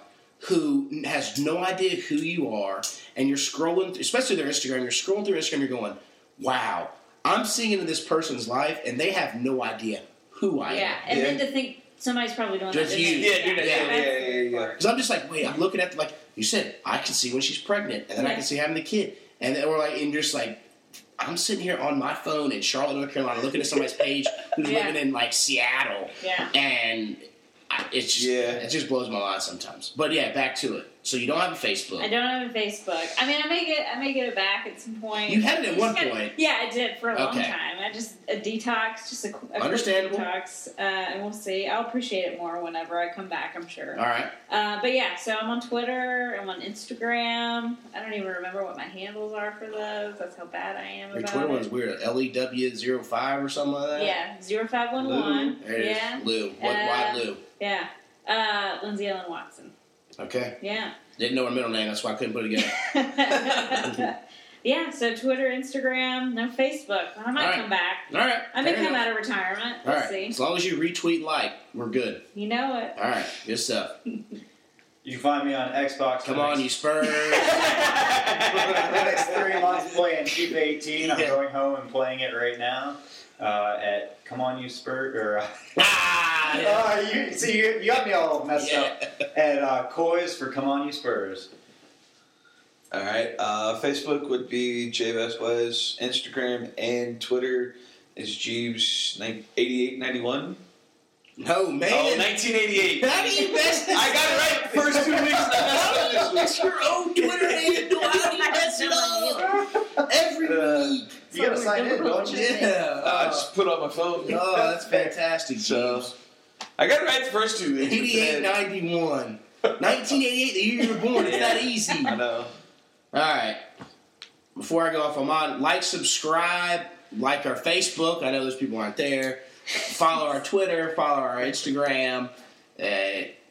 Speaker 3: who has no idea who you are, and you're scrolling, through, especially their Instagram. You're scrolling through Instagram. You're going, "Wow, I'm seeing into this person's life, and they have no idea who I
Speaker 5: Yeah,
Speaker 3: am."
Speaker 5: and
Speaker 2: Yeah.
Speaker 5: then to think somebody's probably doing
Speaker 3: Just
Speaker 5: that.
Speaker 3: you.
Speaker 2: Yeah, do that.
Speaker 3: Yeah,
Speaker 5: that's
Speaker 2: yeah, yeah,
Speaker 5: the
Speaker 2: yeah.
Speaker 5: part.
Speaker 3: Because I'm just like, wait, I'm looking at them like you said. I can see when she's pregnant, and then I
Speaker 5: Yeah.
Speaker 3: can see having the kid, and then we're like, and you're just like. I'm sitting here on my phone in Charlotte, North Carolina, looking at somebody's page who's
Speaker 5: Yeah.
Speaker 3: living in like Seattle,
Speaker 5: Yeah.
Speaker 3: and I, it's just,
Speaker 2: Yeah.
Speaker 3: it just blows my mind sometimes. But yeah, back to it. So you don't have a
Speaker 5: I
Speaker 3: Facebook.
Speaker 5: don't have a Facebook. I mean, I may get I may get it back at some point.
Speaker 3: You had it at
Speaker 5: I just
Speaker 3: one
Speaker 5: got-
Speaker 3: point.
Speaker 5: Yeah, I did for a long
Speaker 3: Okay.
Speaker 5: time. I just a detox, just a, qu- a quick
Speaker 3: Understandable.
Speaker 5: detox, uh, and we'll see. I'll appreciate it more whenever I come back. I'm sure.
Speaker 3: All right.
Speaker 5: Uh, but yeah, so I'm on Twitter. I'm on Instagram. I don't even remember what my handles are for those. That's how bad I am
Speaker 3: Your
Speaker 5: about
Speaker 3: Twitter
Speaker 5: it.
Speaker 3: one's weird. E LEW05 or something like that?
Speaker 5: yeah, zero five one one.
Speaker 3: There it is.
Speaker 5: Yeah,
Speaker 3: Lou. What, why
Speaker 5: Uh,
Speaker 3: Lou?
Speaker 5: yeah. Uh, Lindsay Ellen Watson.
Speaker 3: Okay.
Speaker 5: Yeah.
Speaker 3: Didn't know her middle name. That's why I couldn't put it together.
Speaker 5: yeah, so Twitter, Instagram, no Facebook. I might
Speaker 3: All right.
Speaker 5: come back.
Speaker 3: All right.
Speaker 5: I may
Speaker 3: fair
Speaker 5: come
Speaker 3: enough.
Speaker 5: out of retirement.
Speaker 3: All
Speaker 5: We'll
Speaker 3: right.
Speaker 5: see.
Speaker 3: As long as you retweet and like, we're good.
Speaker 5: You know it.
Speaker 3: All right. Good stuff.
Speaker 4: You can find me on
Speaker 3: Come
Speaker 4: Xbox. for the
Speaker 3: on, you
Speaker 4: next-
Speaker 3: Spurs.
Speaker 4: for the next three months playing FIFA 18. I'm going home and playing it right now. Uh, at come on, you spurt or. Uh,
Speaker 3: ah, yeah.
Speaker 4: Uh, you see, you, you got me all messed
Speaker 3: Yeah.
Speaker 4: up. At uh, Coys for Come On You Spurs.
Speaker 2: All right. Uh, Facebook would be J Vasquez. Instagram and Twitter is Jeeves eighty eight ninety one.
Speaker 3: No, man.
Speaker 2: Oh, 1988.
Speaker 3: How do you mess this
Speaker 2: I got it right the first two weeks.
Speaker 3: How
Speaker 2: I
Speaker 3: do
Speaker 2: messed
Speaker 3: you mess
Speaker 2: up
Speaker 3: your own Twitter handle? How do you mess it up? Every
Speaker 4: Uh,
Speaker 3: week.
Speaker 4: You gotta sign in, Uh, don't you?
Speaker 3: Yeah.
Speaker 2: this week. I just put it on my phone.
Speaker 3: oh, that's fantastic.
Speaker 2: So-
Speaker 3: James.
Speaker 2: I got it right the first two weeks.
Speaker 3: 88, 91. 1988, the year you were born. It's that easy.
Speaker 2: I know.
Speaker 3: All right. Before I go off, I'm on. Like, subscribe, like our Facebook. I know those people aren't there. Follow our Twitter. Follow our Instagram. Uh,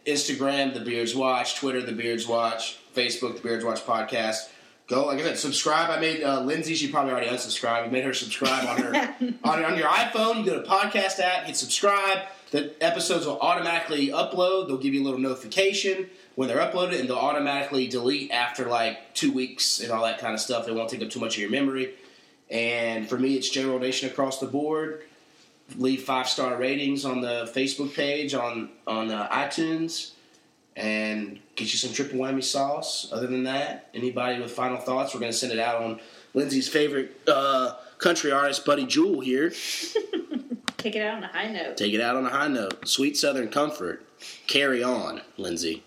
Speaker 3: Instagram, The Beards Watch. Twitter, The Beards Watch. Facebook, The Beards Watch Podcast. Go, like I said, subscribe. I made uh, Lindsay, she probably already unsubscribed. I made her subscribe on her on, on your iPhone. You go to podcast app, hit subscribe. The episodes will automatically upload. They'll give you a little notification when they're uploaded, and they'll automatically delete after like two weeks and all that kind of stuff. They won't take up too much of your memory. And for me, it's J Roll Nation across the board. Leave five star ratings on the Facebook page on on uh, iTunes, and get you some triple whammy sauce. Other than that, anybody with final thoughts, we're going to send it out on Lindsay's favorite uh, country artist, Buddy Jewel here.
Speaker 5: Take it out on a high note.
Speaker 3: Take it out on a high note. Sweet Southern Comfort. Carry on, Lindsay.